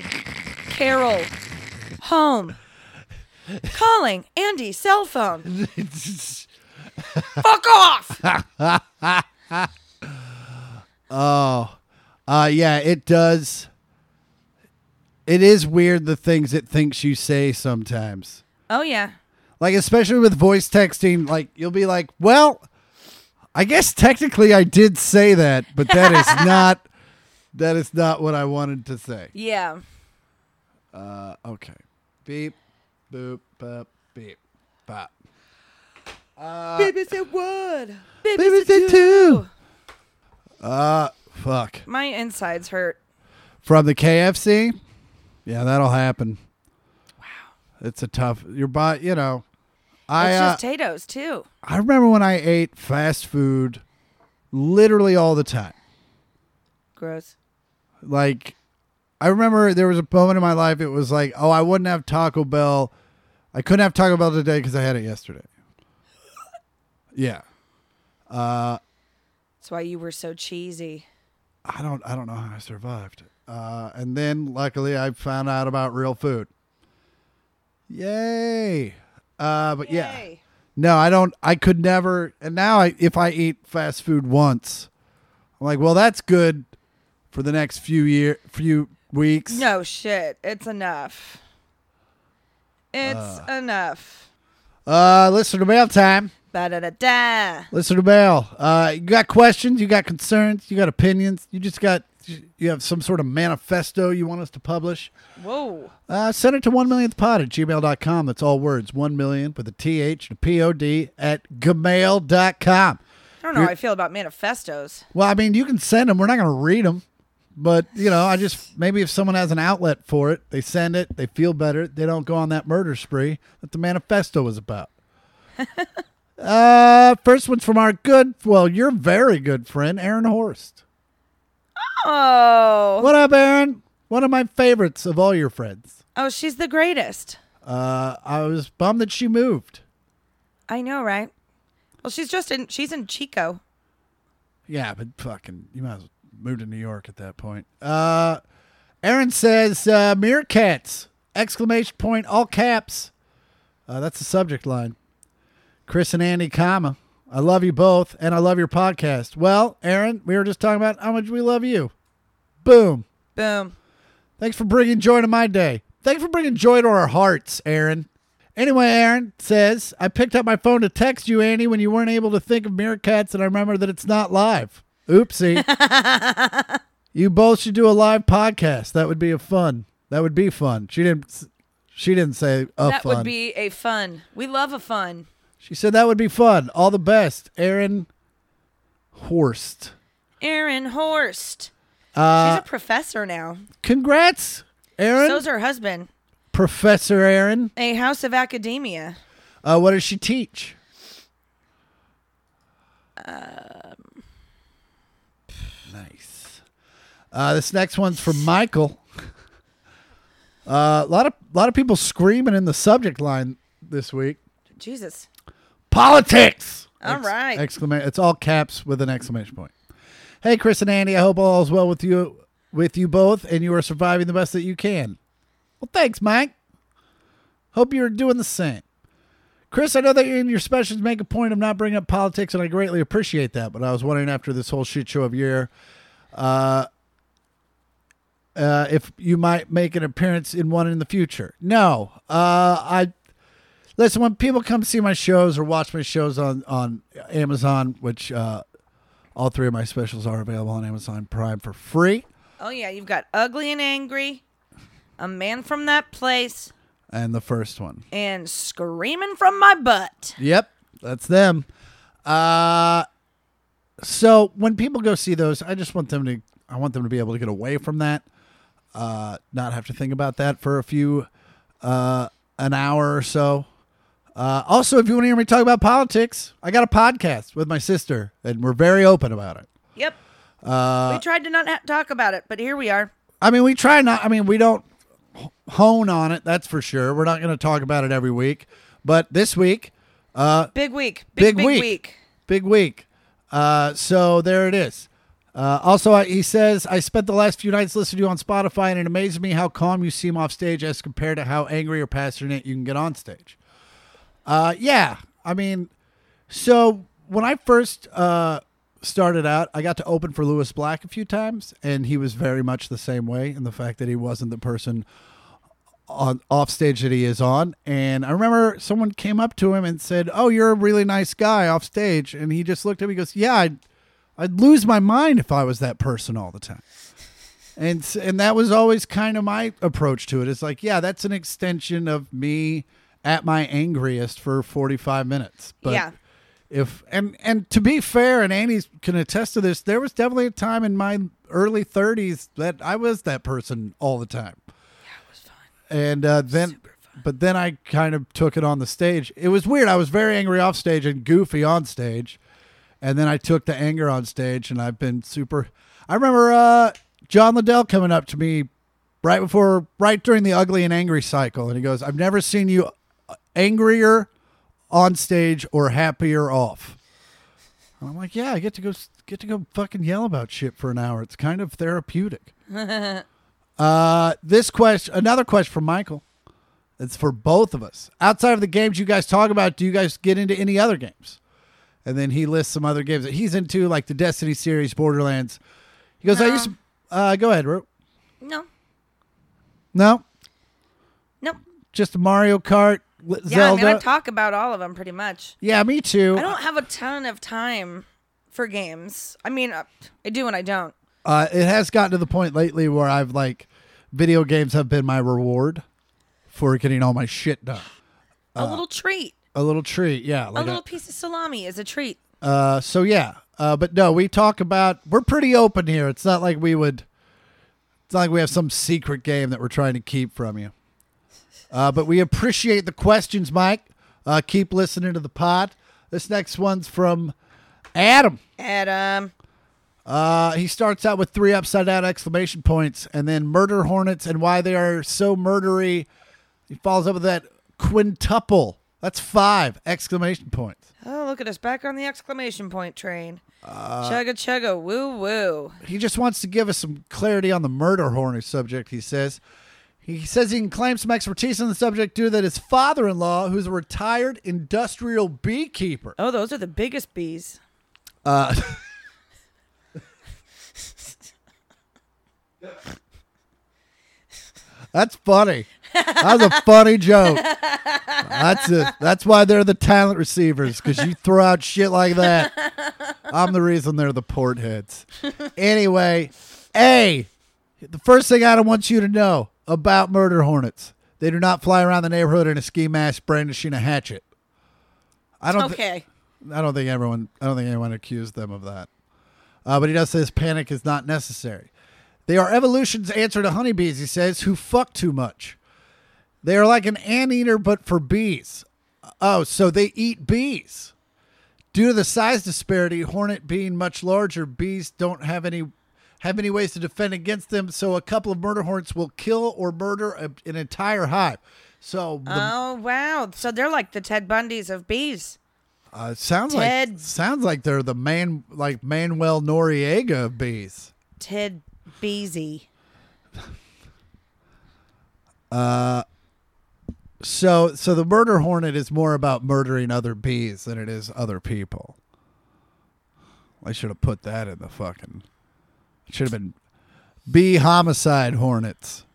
[SPEAKER 3] Carol home. Calling Andy cell phone. Fuck off.
[SPEAKER 2] Oh, uh, yeah, it does. It is weird the things it thinks you say sometimes.
[SPEAKER 3] Oh yeah.
[SPEAKER 2] Like especially with voice texting, like you'll be like, "Well, I guess technically I did say that, but that is not that is not what I wanted to say."
[SPEAKER 3] Yeah.
[SPEAKER 2] Uh, okay. Beep, boop, bop, beep, bop.
[SPEAKER 3] Baby said wood. Baby,
[SPEAKER 2] Uh, Baby
[SPEAKER 3] said
[SPEAKER 2] said two. Uh, fuck.
[SPEAKER 3] My insides hurt.
[SPEAKER 2] From the KFC, yeah, that'll happen. Wow, it's a tough. Your body, you know. I
[SPEAKER 3] It's
[SPEAKER 2] uh,
[SPEAKER 3] just potatoes too.
[SPEAKER 2] I remember when I ate fast food, literally all the time.
[SPEAKER 3] Gross.
[SPEAKER 2] like I remember there was a moment in my life it was like, oh, I wouldn't have Taco Bell. I couldn't have Taco Bell today because I had it yesterday. Yeah,
[SPEAKER 3] That's why you were so cheesy.
[SPEAKER 2] I don't, I don't know how I survived. Uh, and then luckily I found out about real food. Yay! Uh, but yeah,
[SPEAKER 3] Yay.
[SPEAKER 2] no, I don't. I could never. And now, I, if I eat fast food once, I'm like, well, that's good for the next few year, few weeks.
[SPEAKER 3] No shit. It's enough. It's enough.
[SPEAKER 2] Uh, listen to mail time.
[SPEAKER 3] Ba da da da.
[SPEAKER 2] Listen to Bell. Uh, you got questions? You got concerns? You got opinions? You just got you have some sort of manifesto you want us to publish?
[SPEAKER 3] Whoa.
[SPEAKER 2] Uh, send it to one millionth pod at gmail.com. That's all words one million with a th and a p o d at gmail.com.
[SPEAKER 3] I don't know how I feel about manifestos.
[SPEAKER 2] Well, I mean, you can send them. We're not going to read them, but you know, I just maybe if someone has an outlet for it, they send it. They feel better. They don't go on that murder spree that the manifesto was about. uh, first one's from our good, well, your very good friend, Aaron Horst.
[SPEAKER 3] Oh.
[SPEAKER 2] What up, Aaron? One of my favorites of all your friends.
[SPEAKER 3] Oh, she's the greatest.
[SPEAKER 2] Uh, I was bummed that she moved.
[SPEAKER 3] I know, right? Well, she's just in. She's in Chico.
[SPEAKER 2] Yeah, but fucking, you might as well move to New York at that point. Uh, Aaron says uh, meerkats. exclamation point, all caps. Uh, that's the subject line. Chris and Andy, comma. I love you both, and I love your podcast. Well, Aaron, we were just talking about how much we love you. Boom.
[SPEAKER 3] Boom.
[SPEAKER 2] Thanks for bringing joy to my day. Thanks for bringing joy to our hearts, Aaron. Anyway, Aaron says, I picked up my phone to text you, Andy, when you weren't able to think of Meerkats, and I remember that it's not live. Oopsie. you both should do a live podcast. That would be a fun. That would be fun. She didn't. She didn't say a
[SPEAKER 3] that
[SPEAKER 2] fun.
[SPEAKER 3] would be a fun. We love a fun.
[SPEAKER 2] she said that would be fun. All the best, Aaron Horst.
[SPEAKER 3] Aaron Horst.
[SPEAKER 2] Uh,
[SPEAKER 3] She's a professor now.
[SPEAKER 2] Congrats, Aaron,
[SPEAKER 3] So's her husband.
[SPEAKER 2] Professor Aaron.
[SPEAKER 3] A house of academia.
[SPEAKER 2] Uh, what does she teach? nice. Uh, this next one's from Michael. Uh, a lot of lot of people screaming in the subject line this week.
[SPEAKER 3] Jesus.
[SPEAKER 2] Politics.
[SPEAKER 3] All right.
[SPEAKER 2] Exclamation! It's all caps with an exclamation point. Hey, Chris and Andy. I hope all is well with you with you both, and you are surviving the best that you can. Well, thanks, Mike. Hope you're doing the same. Chris, I know that you and your specials make a point of not bringing up politics, and I greatly appreciate that. But I was wondering after this whole shit show of year, uh, uh, if you might make an appearance in one in the future. No, uh, I listen. When people come see my shows or watch my shows on on Amazon, which uh, all three of my specials are available on Amazon Prime for free,
[SPEAKER 3] Oh yeah, you've got ugly and angry, a man from that place,
[SPEAKER 2] and the first one.
[SPEAKER 3] and screaming from my butt.
[SPEAKER 2] Yep, that's them. Uh, so when people go see those, I just want them to I want them to be able to get away from that, uh, not have to think about that for a few uh, an hour or so. Uh, also, if you want to hear me talk about politics, I got a podcast with my sister, and we're very open about it.
[SPEAKER 3] Yep.
[SPEAKER 2] Uh,
[SPEAKER 3] we tried to not ha- talk about it, but here we are.
[SPEAKER 2] I mean, we try not. I mean, we don't h- hone on it. That's for sure. We're not going to talk about it every week, but this week
[SPEAKER 3] Big week. Big,
[SPEAKER 2] Uh, Big week. big week. Uh, so there it is. Uh, also, I, he says, I spent the last few nights listening to you on Spotify, and it amazes me how calm you seem off stage as compared to how angry or passionate you can get on stage. Uh, yeah, I mean, so when I first uh, started out, I got to open for Lewis Black a few times, and he was very much the same way in the fact that he wasn't the person on off stage that he is on. And I remember someone came up to him and said, "Oh, you're a really nice guy off stage," and he just looked at me and goes, "Yeah, I'd, I'd lose my mind if I was that person all the time." And s- and that was always kind of my approach to it. It's like, yeah, that's an extension of me at my angriest for 45 minutes. But
[SPEAKER 3] Yeah.
[SPEAKER 2] if and and to be fair, and Andy can attest to this, there was definitely a time in my early 30s that I was that person all the time and uh, then but then I kind of took it on the stage. It was weird. I was very angry off stage and goofy on stage, and then I took the anger on stage, and I've been super. I remember uh, John Liddell coming up to me right before, right during the ugly and angry cycle, and he goes, "I've never seen you angrier on stage or happier off." And I'm like, "Yeah, I get to go get to go fucking yell about shit for an hour. It's kind of therapeutic." Uh, this question, another question from Michael. It's for both of us. Outside of the games you guys talk about, do you guys get into any other games? And then he lists some other games that he's into, like the Destiny series, Borderlands. He goes, I
[SPEAKER 3] No.
[SPEAKER 2] used to. Uh, go ahead, Ru.
[SPEAKER 3] No.
[SPEAKER 2] No,
[SPEAKER 3] Nope.
[SPEAKER 2] just Mario Kart, L-
[SPEAKER 3] Yeah,
[SPEAKER 2] Zelda.
[SPEAKER 3] I mean, I talk about all of them pretty much.
[SPEAKER 2] yeah, me too.
[SPEAKER 3] I don't have a ton of time for games. I mean, uh, I do and I don't.
[SPEAKER 2] Uh, it has gotten to the point lately where I've like, video games have been my reward for getting all my shit done. Uh.
[SPEAKER 3] a little treat,
[SPEAKER 2] A little treat, yeah.
[SPEAKER 3] a
[SPEAKER 2] Like
[SPEAKER 3] little piece of salami is a treat.
[SPEAKER 2] Uh, so yeah, uh, but no, we talk about we're pretty open here. It's not like we would. It's not like we have some secret game that we're trying to keep from you. Uh, but we appreciate the questions, Mike. Uh, keep listening to the pod. This next one's from Adam.
[SPEAKER 3] Adam.
[SPEAKER 2] Uh, he starts out with three upside down exclamation points, and then murder hornets and why they are so murdery. He follows up with that quintuple. That's five exclamation points.
[SPEAKER 3] Oh, look at us back on the exclamation point train. chugga chugga woo woo.
[SPEAKER 2] He just wants to give us some clarity on the murder hornet subject, he says. He says he can claim some expertise on the subject due to that his father-in-law, who's a retired industrial beekeeper.
[SPEAKER 3] Oh, those are the biggest bees.
[SPEAKER 2] Uh, that's funny. That was a funny joke. That's it. That's why they're the talent receivers because you throw out shit like that. I'm the reason they're the port heads. Anyway, A, the first thing I want you to know about murder hornets they do not fly around the neighborhood in a ski mask brandishing a hatchet. I don't. thi-
[SPEAKER 3] Okay.
[SPEAKER 2] I don't think everyone. I don't think anyone accused them of that. Uh, but he does say his panic is not necessary. They are evolution's answer to honeybees, he says, who fuck too much. They are like an anteater, but for bees. Oh, so they eat bees. Due to the size disparity, hornet being much larger, bees don't have any have any ways to defend against them. So a couple of murder hornets will kill or murder a, an entire hive. So the,
[SPEAKER 3] Oh wow! So they're like the Ted Bundys of bees.
[SPEAKER 2] Uh, sounds like
[SPEAKER 3] Ted.
[SPEAKER 2] sounds like they're the man like Manuel Noriega of bees.
[SPEAKER 3] Ted Beezy.
[SPEAKER 2] So so the murder hornet is more about murdering other bees than it is other people. I should have put that in the fucking. It should have been bee homicide hornets.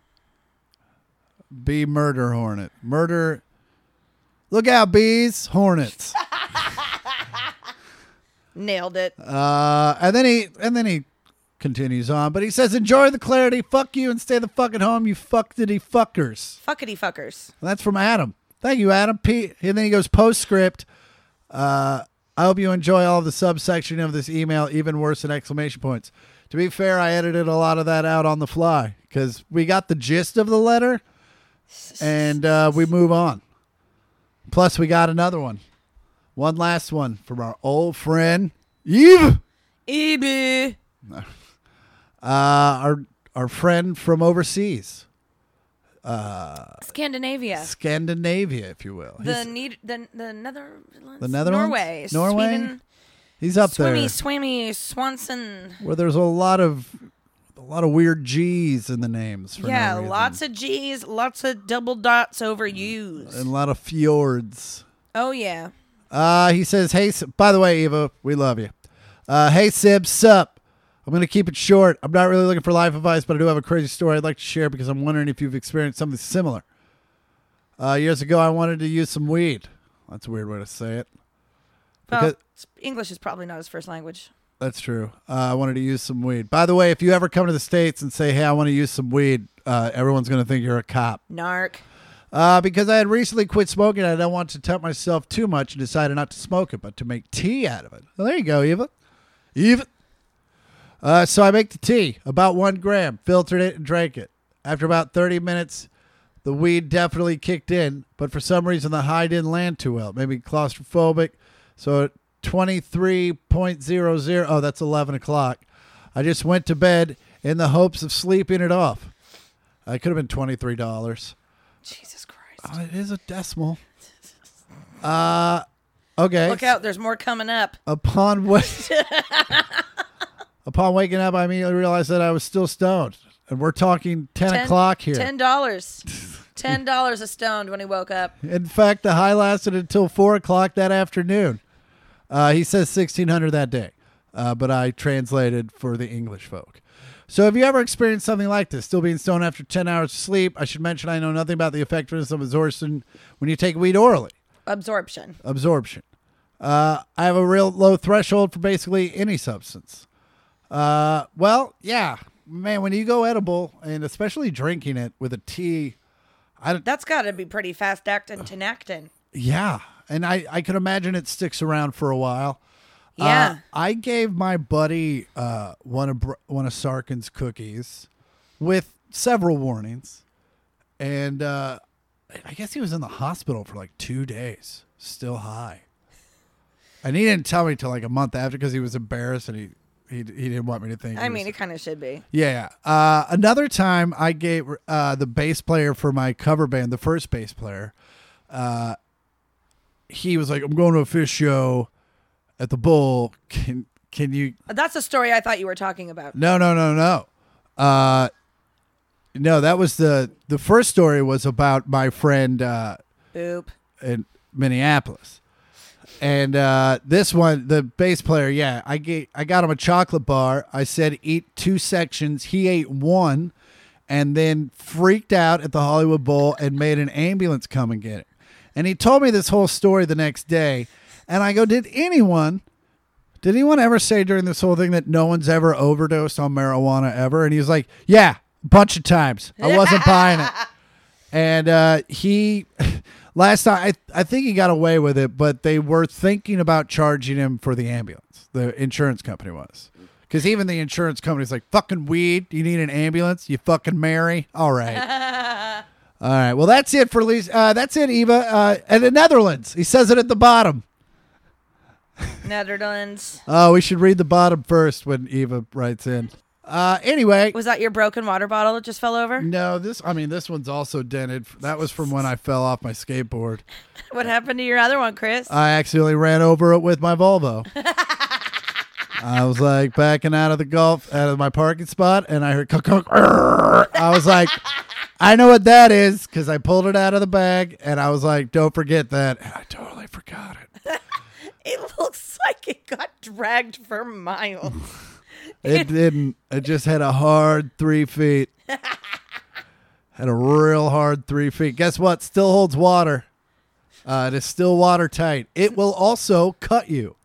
[SPEAKER 2] Bee murder hornet. Murder. Look out, bees, hornets.
[SPEAKER 3] Nailed it.
[SPEAKER 2] Uh, and then he and then he continues on, but he says, "Enjoy the clarity. Fuck you, and stay the fuck at home. You fuckity fuckers."
[SPEAKER 3] Fuckity fuckers.
[SPEAKER 2] And that's from Adam. Thank you, Adam. Pete. And then he goes postscript. Uh, I hope you enjoy all the subsection of this email, even worse than exclamation points. To be fair, I edited a lot of that out on the fly because we got the gist of the letter, and uh, we move on. Plus, we got another one, one last one from our old friend Eve.
[SPEAKER 3] Ebu.
[SPEAKER 2] uh, our our friend from overseas,
[SPEAKER 3] Scandinavia.
[SPEAKER 2] Scandinavia, if you will.
[SPEAKER 3] The
[SPEAKER 2] He's,
[SPEAKER 3] need the the Netherlands.
[SPEAKER 2] The Netherlands?
[SPEAKER 3] Norway.
[SPEAKER 2] Norway?
[SPEAKER 3] Sweden.
[SPEAKER 2] he's up
[SPEAKER 3] Swimmy,
[SPEAKER 2] there
[SPEAKER 3] swimmy, Swanson.
[SPEAKER 2] where there's a lot of a lot of weird G's in the names. For
[SPEAKER 3] yeah, lots of G's, lots of double dots over U's.
[SPEAKER 2] and a lot of fjords.
[SPEAKER 3] oh yeah.
[SPEAKER 2] Uh, he says, "Hey, S- by the way, Eva, we love you. Uh, hey, Sib, sup? I'm gonna keep it short. I'm not really looking for life advice, but I do have a crazy story I'd like to share because I'm wondering if you've experienced something similar. Uh, years ago, I wanted to use some weed. That's a weird way to say it.
[SPEAKER 3] Well,
[SPEAKER 2] Because-
[SPEAKER 3] s- English is probably not his first language.
[SPEAKER 2] That's true. Uh, I wanted to use some weed. By the way, if you ever come to the states and say, "Hey, I want to use some weed," uh, everyone's gonna think you're a cop.
[SPEAKER 3] Narc.
[SPEAKER 2] Uh, because I had recently quit smoking, I don't want to tempt myself too much and decided not to smoke it, but to make tea out of it. Well, there you go, Eva. Eva. Uh, so I make the tea, about one gram, filtered it, and drank it. After about 30 minutes, the weed definitely kicked in, but for some reason the high didn't land too well. Maybe claustrophobic. So at 23.00, oh, that's 11 o'clock. I just went to bed in the hopes of sleeping it off. I could have been $23.
[SPEAKER 3] Jesus Christ.
[SPEAKER 2] Oh, it is a decimal. Uh, okay.
[SPEAKER 3] Look out, there's more coming up.
[SPEAKER 2] Upon wa- upon waking up, I immediately realized that I was still stoned, and we're talking ten, o'clock here.
[SPEAKER 3] Ten dollars. Ten dollars a stoned when he woke up.
[SPEAKER 2] In fact, the high lasted until four o'clock that afternoon. Uh, he says sixteen hundred that day, uh, but I translated for the English folk. So, have you ever experienced something like this? Still being stoned after ten hours of sleep? I should mention I know nothing about the effectiveness of absorption when you take weed orally.
[SPEAKER 3] Absorption.
[SPEAKER 2] absorption. Uh, I have a real low threshold for basically any substance. Uh, well, yeah, man, when you go edible and especially drinking it with a tea,
[SPEAKER 3] That's got to be pretty fast acting to acting.
[SPEAKER 2] yeah, and I I could imagine it sticks around for a while. Uh,
[SPEAKER 3] Yeah.
[SPEAKER 2] I gave my buddy uh, one of Br- one of Sarkin's cookies with several warnings, and uh, I guess he was in the hospital for like two days, still high. And he didn't tell me till like a month after because he was embarrassed and he he, he didn't want me to think.
[SPEAKER 3] I
[SPEAKER 2] he
[SPEAKER 3] mean,
[SPEAKER 2] was-
[SPEAKER 3] it kind of should be.
[SPEAKER 2] yeah. yeah. Uh, another time I gave uh, the bass player for my cover band, the first bass player, uh, he was like, I'm going to a fish show at the Bull. Can, can you?
[SPEAKER 3] That's a story I thought you were talking about.
[SPEAKER 2] No, no, no, no. Uh, No, that was the the first story was about my friend uh,
[SPEAKER 3] Boop.
[SPEAKER 2] in Minneapolis, and uh, this one, the bass player, yeah, I get, I got him a chocolate bar. I said eat two sections. He ate one, and then freaked out at the Hollywood Bowl and made an ambulance come and get him. And he told me this whole story the next day, and I go, did anyone? Did anyone ever say during this whole thing that no one's ever overdosed on marijuana ever? And he was like, Yeah, a bunch of times. I wasn't buying it. And uh, he, last time, I, I think he got away with it, but they were thinking about charging him for the ambulance. The insurance company was. Because even the insurance company's like, fucking weed, you need an ambulance, you fucking Mary. All right. All right. Well, that's it for Lisa. Uh, that's it, Eva. Uh, and the Netherlands. He says it at the bottom.
[SPEAKER 3] Netherlands.
[SPEAKER 2] Oh, we should read the bottom first when Eva writes in. Uh, anyway,
[SPEAKER 3] Was that your broken water bottle that just fell over?
[SPEAKER 2] no, this. I mean, this one's also dented. That was from when I fell off my skateboard.
[SPEAKER 3] What happened to your other one, Chris?
[SPEAKER 2] I accidentally ran over it with my Volvo. I was like backing out of the golf, out of my parking spot, and I heard "Kunk, kunk, err." I was like, I know what that is because I pulled it out of the bag, and I was like, don't forget that. And I totally forgot it.
[SPEAKER 3] it looks like it got dragged for miles.
[SPEAKER 2] It didn't. It just had a hard three feet. had a real hard three feet. Guess what? Still holds water. Uh, it is still watertight. It will also cut you.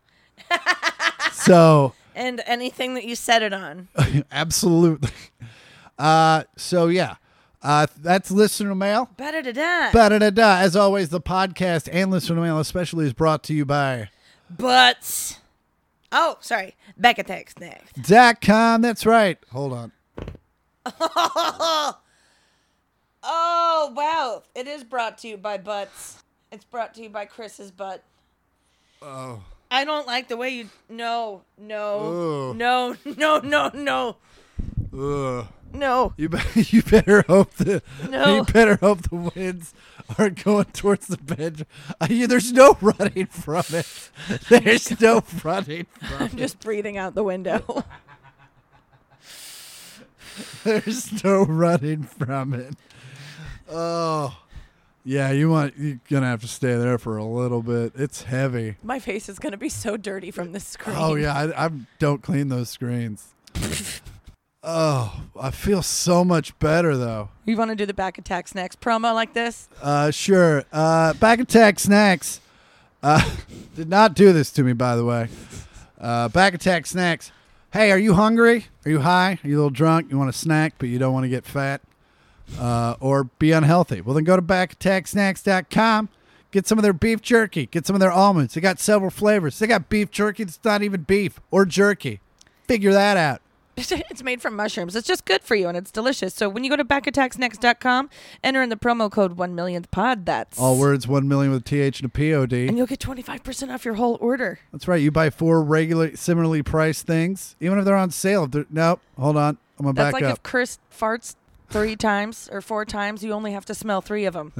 [SPEAKER 2] so
[SPEAKER 3] and anything that you set it on.
[SPEAKER 2] absolutely. Uh, so yeah, uh, that's listener mail.
[SPEAKER 3] Better to die.
[SPEAKER 2] Ba-da-da-da. As always, the podcast and listener mail especially is brought to you by
[SPEAKER 3] But oh, sorry, back attacks next.
[SPEAKER 2] dot com. That's right. Hold on.
[SPEAKER 3] Oh wow, it is brought to you by butts. It's brought to you by Chris's butt. Oh. I don't like the way you. No, no,
[SPEAKER 2] Ooh.
[SPEAKER 3] no, no, no, no,
[SPEAKER 2] Ugh.
[SPEAKER 3] no.
[SPEAKER 2] You better, you better hope the
[SPEAKER 3] No.
[SPEAKER 2] you better hope the winds are going towards the bench. I mean, there's no running from it.
[SPEAKER 3] Oh
[SPEAKER 2] There's no running from it.
[SPEAKER 3] Just breathing out the window.
[SPEAKER 2] There's no running from it. Oh, yeah. You want you're gonna have to stay there for a little bit. It's heavy.
[SPEAKER 3] My face is gonna be so dirty from this screen.
[SPEAKER 2] Oh yeah, I, I don't clean those screens. oh, I feel so much better though.
[SPEAKER 3] You want to do the back attacks next promo like this?
[SPEAKER 2] Uh, sure. Uh, back attack snacks. Uh, did not do this to me, by the way. Uh, back attack snacks. Hey, are you hungry? Are you high? Are you a little drunk? You want a snack, but you don't want to get fat uh, or be unhealthy? Well, then go to backattacksnacks.com. Get some of their beef jerky. Get some of their almonds. They got several flavors. They got beef jerky that's not even beef or jerky. Figure that out.
[SPEAKER 3] it's made from mushrooms. It's just good for you and it's delicious. So when you go to backattacksnext.com, enter in the promo code 1 millionth pod. That's
[SPEAKER 2] All words, 1 million with a TH and a POD.
[SPEAKER 3] And you'll get 25% off your whole order.
[SPEAKER 2] That's right. You buy four regular, similarly priced things, even if they're on sale. If they're, nope. Hold on. I'm gonna
[SPEAKER 3] That's
[SPEAKER 2] back
[SPEAKER 3] like
[SPEAKER 2] up.
[SPEAKER 3] if Chris farts three times or four times, you only have to smell three of them.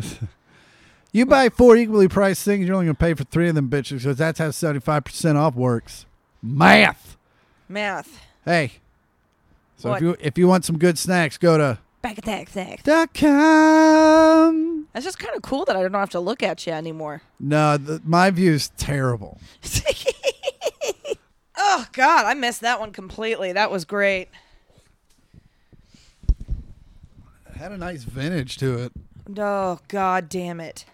[SPEAKER 2] you buy four equally priced things, you're only gonna pay for three of them bitches because that's how 75 percent off works. Math.
[SPEAKER 3] Math.
[SPEAKER 2] Hey. So
[SPEAKER 3] What?
[SPEAKER 2] if you if you want some good snacks, go to
[SPEAKER 3] Backattacksnext.
[SPEAKER 2] dot com.
[SPEAKER 3] That's just kind of cool that I don't have to look at you anymore.
[SPEAKER 2] No, the, my view's terrible.
[SPEAKER 3] Oh, God. I missed that one completely. That was great.
[SPEAKER 2] Had a nice vintage to it.
[SPEAKER 3] Oh, God damn it.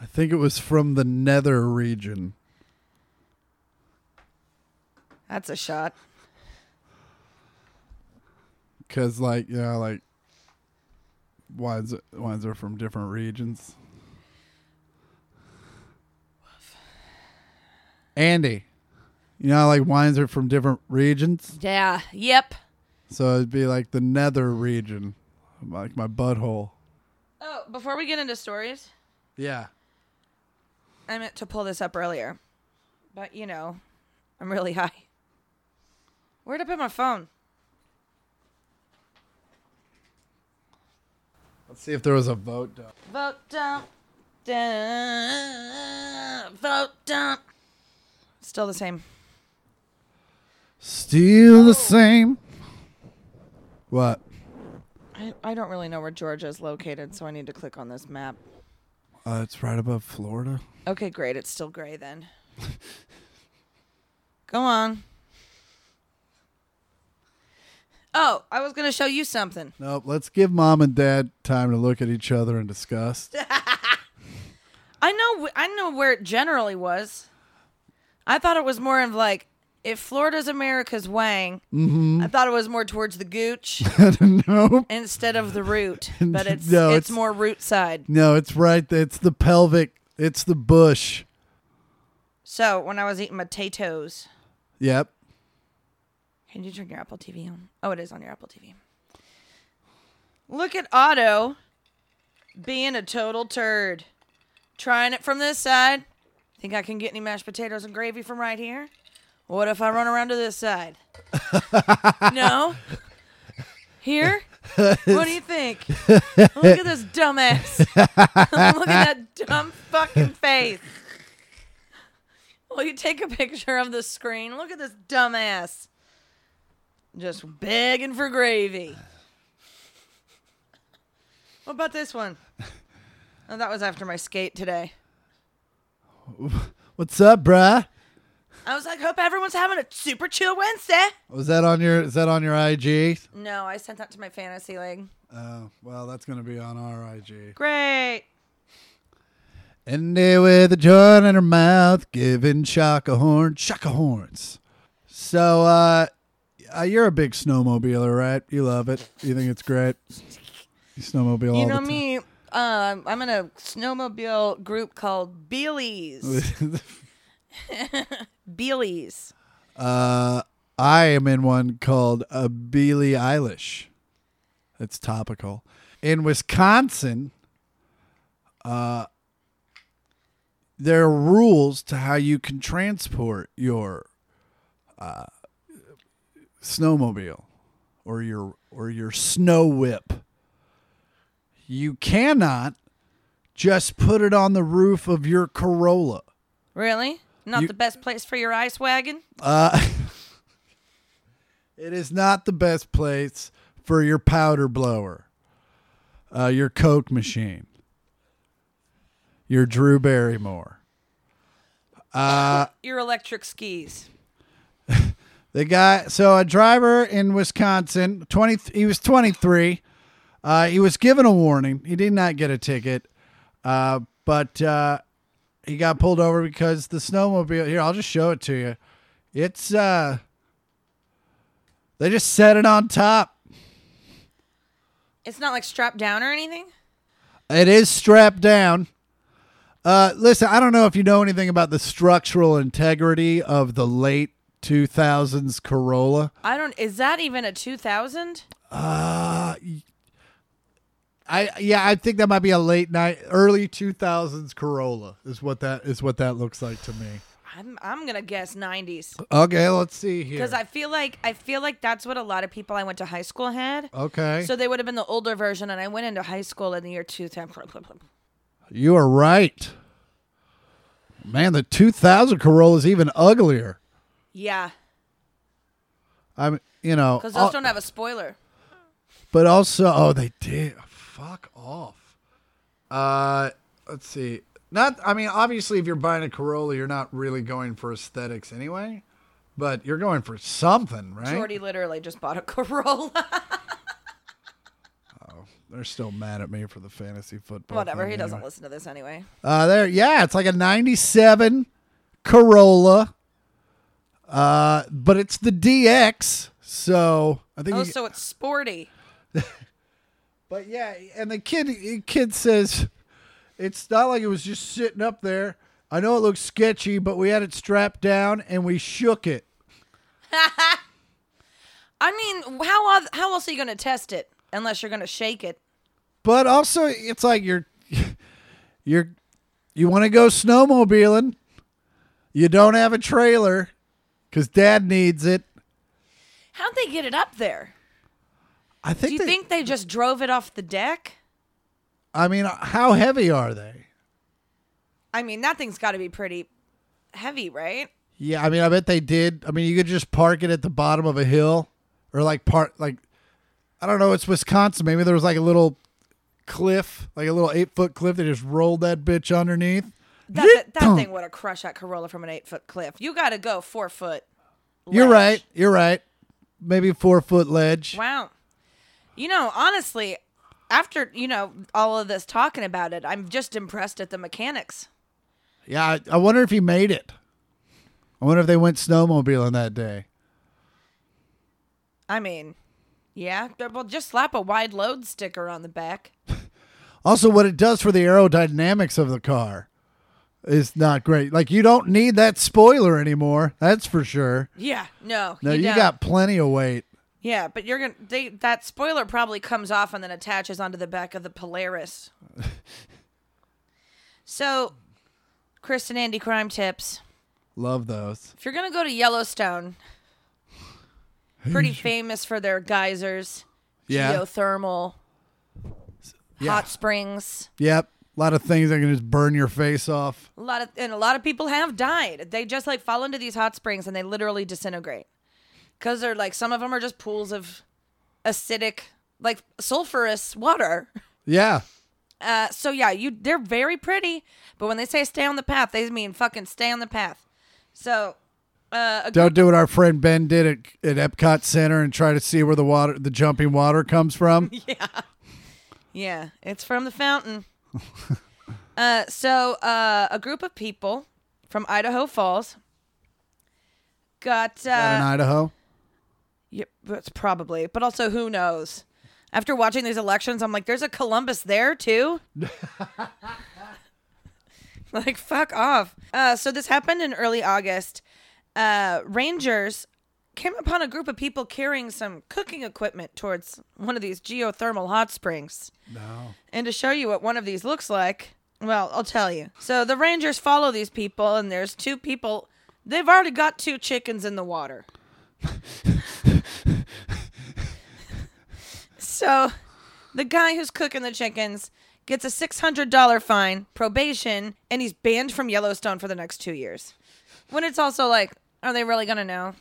[SPEAKER 2] I think it was from the Nether region.
[SPEAKER 3] That's a shot.
[SPEAKER 2] Cause like you know, like wines wines are from different regions. Andy, you know, how, like wines are from different regions,
[SPEAKER 3] Yeah. Yep.
[SPEAKER 2] so it'd be like the nether region, like my butthole.
[SPEAKER 3] Oh, before we get into stories,
[SPEAKER 2] Yeah,
[SPEAKER 3] I meant to pull this up earlier, but you know, I'm really high. Where'd I put my phone?
[SPEAKER 2] let's see if there was a vote. Done.
[SPEAKER 3] Vote dump. Dun- Vote dump. Still the same.
[SPEAKER 2] Still the same. What?
[SPEAKER 3] I, I don't really know where Georgia is located, so I need to click on this map.
[SPEAKER 2] Uh, it's right above Florida.
[SPEAKER 3] Okay, great. It's still gray then. Go on. Oh, I was going to show you something.
[SPEAKER 2] Nope. Let's give mom and dad time to look at each other in disgust.
[SPEAKER 3] I know wh- I know where it generally was. I thought it was more of like if Florida's America's Wang. I thought it was more towards the gooch
[SPEAKER 2] nope.
[SPEAKER 3] instead of the root, but it's
[SPEAKER 2] No,
[SPEAKER 3] it's,
[SPEAKER 2] it's-
[SPEAKER 3] more root side.
[SPEAKER 2] No, it's right. It's the pelvic. It's the bush.
[SPEAKER 3] So when I was eating potatoes,
[SPEAKER 2] Yep.
[SPEAKER 3] can you turn your Apple TV on? Oh, it is on your Apple TV. Look at Otto being a total turd, trying it from this side. Think I can get any mashed potatoes and gravy from right here? What if I run around to this side? no. Here? What do you think? Look at this dumbass. Look at that dumb fucking face. Will you take a picture of the screen? Look at this dumbass. Just begging for gravy. What about this one? Oh, that was after my skate today.
[SPEAKER 2] What's up, bruh?
[SPEAKER 3] I was like, hope everyone's having a super chill Wednesday.
[SPEAKER 2] Was that on your? Oh, Is that on your IG?
[SPEAKER 3] No, I sent that to my fantasy league.
[SPEAKER 2] Oh, well, that's gonna be on our IG.
[SPEAKER 3] Great.
[SPEAKER 2] And there with a joint in her mouth, giving Shaka horns, Shaka horns. So, uh, uh, you're a big snowmobiler, right? You love it. You think it's great. You snowmobile all the
[SPEAKER 3] You know
[SPEAKER 2] time.
[SPEAKER 3] me. Um, I'm in a snowmobile group called Beelies. Beelies.
[SPEAKER 2] uh, I am in one called a Billie Eilish. It's topical. In Wisconsin, uh, there are rules to how you can transport your uh, snowmobile or your or your snow whip. You cannot just put it on the roof of your Corolla.
[SPEAKER 3] Really? Not
[SPEAKER 2] You-
[SPEAKER 3] the best place for your ice wagon?
[SPEAKER 2] Uh, it is not the best place for your powder blower, uh, your Coke machine, your Drew Barrymore.
[SPEAKER 3] Your electric skis.
[SPEAKER 2] The guy, so a driver in Wisconsin, twenty, he was twenty three. Uh, he was given a warning. He did not get a ticket, uh, but uh, he got pulled over because the snowmobile. Here, I'll just show it to you. It's uh, they just set it on top.
[SPEAKER 3] It's not like strapped down or anything?
[SPEAKER 2] It is strapped down. Uh, listen, I don't know if you know anything about the structural integrity of the late two thousands Corolla.
[SPEAKER 3] I don't. Is that even a 2000?
[SPEAKER 2] Uh, I yeah, I think that might be a late night, early two thousands Corolla is what that is what that looks like to me.
[SPEAKER 3] I'm I'm gonna guess 90s
[SPEAKER 2] Okay, let's see here.
[SPEAKER 3] because I feel like I feel like that's what a lot of people I went to high school had.
[SPEAKER 2] okay,
[SPEAKER 3] So they would have been the older version, and I went into high school in the year 2000.
[SPEAKER 2] you are right. Man, the two thousand Corolla is even uglier.
[SPEAKER 3] Yeah,
[SPEAKER 2] I'm you know,
[SPEAKER 3] because those
[SPEAKER 2] uh,
[SPEAKER 3] don't have a spoiler.
[SPEAKER 2] but also oh they did. Fuck off. Uh, let's see. Not I mean obviously if you're buying a Corolla you're not really going for aesthetics anyway, but you're going for something, right?
[SPEAKER 3] Jordy literally just bought a Corolla.
[SPEAKER 2] They're still mad at me for the fantasy football.
[SPEAKER 3] Whatever.
[SPEAKER 2] thing
[SPEAKER 3] He doesn't
[SPEAKER 2] anyway.
[SPEAKER 3] listen to this anyway.
[SPEAKER 2] Uh, there, yeah, it's like a '97 Corolla, uh, but it's the DX. So I think.
[SPEAKER 3] Oh,
[SPEAKER 2] you-
[SPEAKER 3] so it's sporty.
[SPEAKER 2] but yeah, and the kid, the kid says, it's not like it was just sitting up there. I know it looks sketchy, but we had it strapped down and we shook it.
[SPEAKER 3] I mean, how oth- how else are you gonna test it unless you're gonna shake it?
[SPEAKER 2] But also, it's like you're, you're, you want to go snowmobiling. You don't have a trailer because dad needs it.
[SPEAKER 3] How'd they get it up there?
[SPEAKER 2] I think.
[SPEAKER 3] Do you
[SPEAKER 2] they-
[SPEAKER 3] think they just drove it off the deck?
[SPEAKER 2] I mean, how heavy are they?
[SPEAKER 3] I mean, that thing's got to be pretty heavy, right?
[SPEAKER 2] Yeah, I mean, I bet they did. I mean, you could just park it at the bottom of a hill, or like part like I don't know. It's Wisconsin. Maybe there was like a little cliff, like a little eight foot cliff. They just rolled that bitch underneath.
[SPEAKER 3] That, that, that thing would have crushed that Corolla from an eight foot cliff. You got to go four foot.
[SPEAKER 2] You're
[SPEAKER 3] ledge.
[SPEAKER 2] right. You're right. Maybe four foot ledge.
[SPEAKER 3] Wow. You know, honestly, after, you know, all of this talking about it, I'm just impressed at the mechanics.
[SPEAKER 2] Yeah, I, I wonder if he made it. I wonder if they went snowmobiling that day.
[SPEAKER 3] I mean, yeah, but- well, just slap a wide load sticker on the back.
[SPEAKER 2] Also, what it does for the aerodynamics of the car is not great. Like you don't need that spoiler anymore. That's for sure.
[SPEAKER 3] Yeah, no,
[SPEAKER 2] No, you,
[SPEAKER 3] don't.
[SPEAKER 2] got plenty of weight.
[SPEAKER 3] Yeah, but you're gonna they that spoiler probably comes off and then attaches onto the back of the Polaris. so, Chris and Andy crime tips.
[SPEAKER 2] Love those.
[SPEAKER 3] If you're gonna go to Yellowstone, pretty famous for their geysers,
[SPEAKER 2] Yeah.
[SPEAKER 3] geothermal,
[SPEAKER 2] Yeah.
[SPEAKER 3] hot springs.
[SPEAKER 2] Yep. A lot of things that can just burn your face off.
[SPEAKER 3] A lot of and a lot of people have died. They just like fall into these hot springs and they literally disintegrate. Cause they're like some of them are just pools of acidic, like sulfurous water.
[SPEAKER 2] Yeah.
[SPEAKER 3] Uh, so yeah, you they're very pretty, but when they say stay on the path, they mean fucking stay on the path. So, uh, a
[SPEAKER 2] Don't do what our friend Ben did at, at Epcot Center and try to see where the water, the jumping water comes from.
[SPEAKER 3] Yeah, it's from the fountain. uh, so uh, a group of people from Idaho Falls got.
[SPEAKER 2] Out in
[SPEAKER 3] Uh,
[SPEAKER 2] Idaho.
[SPEAKER 3] yep, that's probably, but also who knows? After watching these elections, I'm like, there's a Columbus there too. like, fuck off. Uh, so this happened in early August. Uh, Rangers came upon a group of people carrying some cooking equipment towards one of these geothermal hot springs.
[SPEAKER 2] No.
[SPEAKER 3] And to show you what one of these looks like, well, I'll tell you. So the Rangers follow these people, and there's two people. They've already got two chickens in the water. so the guy who's cooking the chickens gets a $600 fine, probation, and he's banned from Yellowstone for the next two years. When it's also like, are they really going to know?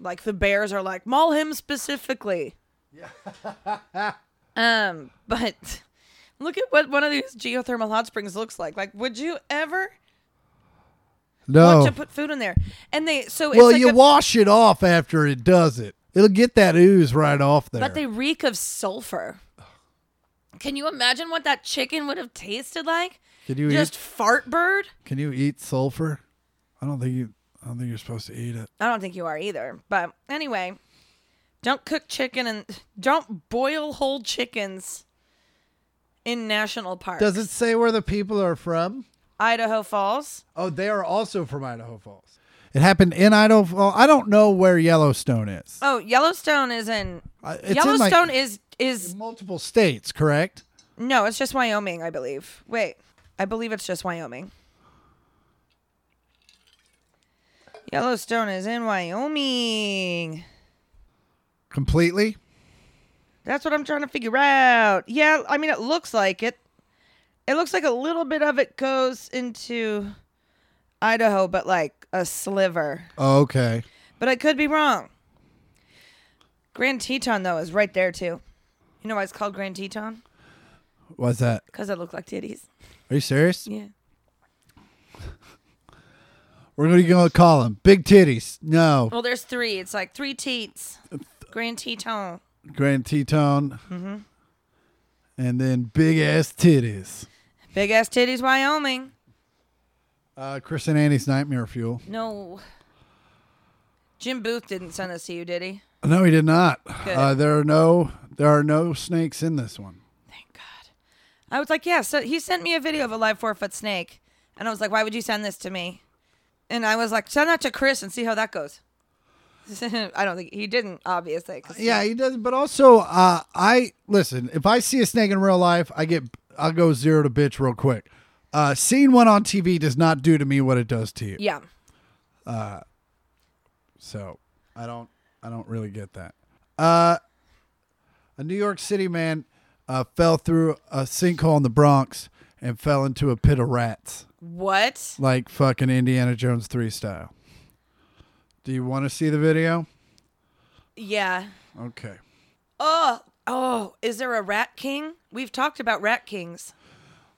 [SPEAKER 3] Like the bears are like, maul him specifically. Um, but look at what one of these geothermal hot springs looks like. Like, would you ever
[SPEAKER 2] No.
[SPEAKER 3] want to put food in there? And they so it's
[SPEAKER 2] Oh. well,
[SPEAKER 3] like
[SPEAKER 2] you
[SPEAKER 3] a-
[SPEAKER 2] wash it off after it does it. It'll get that ooze right off there.
[SPEAKER 3] but they reek of sulfur. Can you imagine what that chicken would have tasted like?
[SPEAKER 2] can you
[SPEAKER 3] Just fart bird?
[SPEAKER 2] eat? Can you eat sulfur? I don't think you. I don't think you're supposed to eat it.
[SPEAKER 3] I don't think you are either. But anyway, don't cook chicken and don't boil whole chickens in national parks.
[SPEAKER 2] Does it say where the people are from?
[SPEAKER 3] Idaho Falls?
[SPEAKER 2] Oh, they are also from Idaho Falls. It happened in Idaho. Falls. I don't know where Yellowstone is.
[SPEAKER 3] Oh, Yellowstone is in
[SPEAKER 2] Uh, it's in, like-
[SPEAKER 3] Yellowstone is is
[SPEAKER 2] Multiple states, correct?
[SPEAKER 3] No, it's just Wyoming, I believe. Wait, I believe it's just Wyoming. Yellowstone is in Wyoming.
[SPEAKER 2] Completely.
[SPEAKER 3] That's what I'm trying to figure out. Yeah, I mean, it looks like it. It looks like a little bit of it goes into Idaho, but like a sliver.
[SPEAKER 2] Oh, okay.
[SPEAKER 3] But I could be wrong. Grand Teton, though, is right there, too. You know why it's called Grand Teton?
[SPEAKER 2] What's that?
[SPEAKER 3] Because it looked like titties.
[SPEAKER 2] Are you serious?
[SPEAKER 3] Yeah.
[SPEAKER 2] We're going to call him Big Titties. No,
[SPEAKER 3] Well, there's three. It's like three teats. Grand Teton.
[SPEAKER 2] Grand Teton.
[SPEAKER 3] Mm-hmm.
[SPEAKER 2] And then Big Ass Titties.
[SPEAKER 3] Big ass titties, Wyoming.
[SPEAKER 2] Uh, Chris and Annie's Nightmare Fuel.
[SPEAKER 3] No. Jim Booth didn't send this to you, did he?
[SPEAKER 2] No, he did not.
[SPEAKER 3] Good.
[SPEAKER 2] Uh, there are no there are no snakes in this one.
[SPEAKER 3] Thank God. I was like, yeah. So he sent me a video of a live four foot snake, and I was like, why would you send this to me? And I was like, send that to Chris and see how that goes. I don't think he didn't, obviously. 'cause-
[SPEAKER 2] Yeah, he does. But also, uh, I listen. If I see a snake in real life, I get I'll go zero to bitch real quick. Uh, seeing one on TV does not do to me what it does to you.
[SPEAKER 3] Yeah.
[SPEAKER 2] So I don't I don't really get that. Uh, a New York City man uh, fell through a sinkhole in the Bronx and fell into a pit of rats,
[SPEAKER 3] What?
[SPEAKER 2] like fucking Indiana Jones three style. Do you want to see the video?
[SPEAKER 3] Yeah.
[SPEAKER 2] Okay.
[SPEAKER 3] Oh, Oh, is there a rat king? We've talked about rat kings.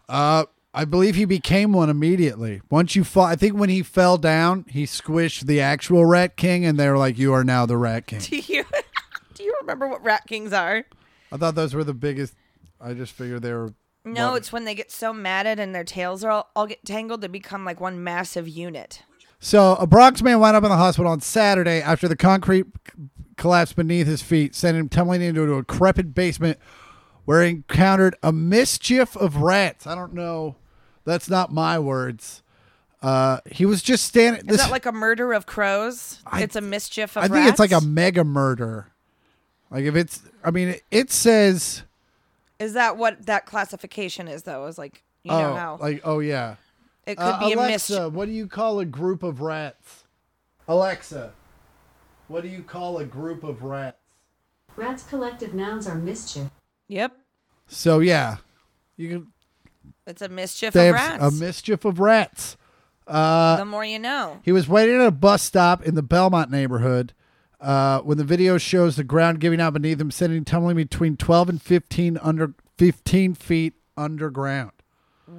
[SPEAKER 2] Uh, I believe he became one immediately. Once you fall, I think when he fell down, he squished the actual Rat King, and they were like, "You are now the Rat King."
[SPEAKER 3] Do you do you remember what rat kings are?
[SPEAKER 2] I thought those were the biggest. I just figured they were.
[SPEAKER 3] No,
[SPEAKER 2] What?
[SPEAKER 3] it's when they get so matted and their tails are all, all get tangled, they become like one massive unit.
[SPEAKER 2] So a Bronx man wound up in the hospital on Saturday after the concrete c- collapsed beneath his feet, sent him tumbling into a decrepit basement where he encountered a mischief of rats. I don't know. That's not my words. Uh, he was just standing.
[SPEAKER 3] Is that like a murder of crows? it's a mischief of
[SPEAKER 2] I think it's like a
[SPEAKER 3] rats?
[SPEAKER 2] mega murder. Like if it's, I mean, it, it says,
[SPEAKER 3] Is that what that classification is though? Is like you
[SPEAKER 2] oh,
[SPEAKER 3] know how
[SPEAKER 2] like oh yeah.
[SPEAKER 3] it could
[SPEAKER 2] Uh,
[SPEAKER 3] be a
[SPEAKER 2] Alexa,
[SPEAKER 3] mischief.
[SPEAKER 2] what do you call a group of rats? Alexa, what do you call a group of rats?
[SPEAKER 4] Rats' collective nouns are mischief.
[SPEAKER 3] Yep,
[SPEAKER 2] So yeah, you can.
[SPEAKER 3] it's a mischief
[SPEAKER 2] They
[SPEAKER 3] of
[SPEAKER 2] have um,
[SPEAKER 3] rats.
[SPEAKER 2] a mischief of rats. Uh,
[SPEAKER 3] the more you know.
[SPEAKER 2] He was waiting at a bus stop in the Belmont neighborhood uh, when the video shows the ground giving out beneath him, sending him tumbling between twelve and fifteen under fifteen feet underground.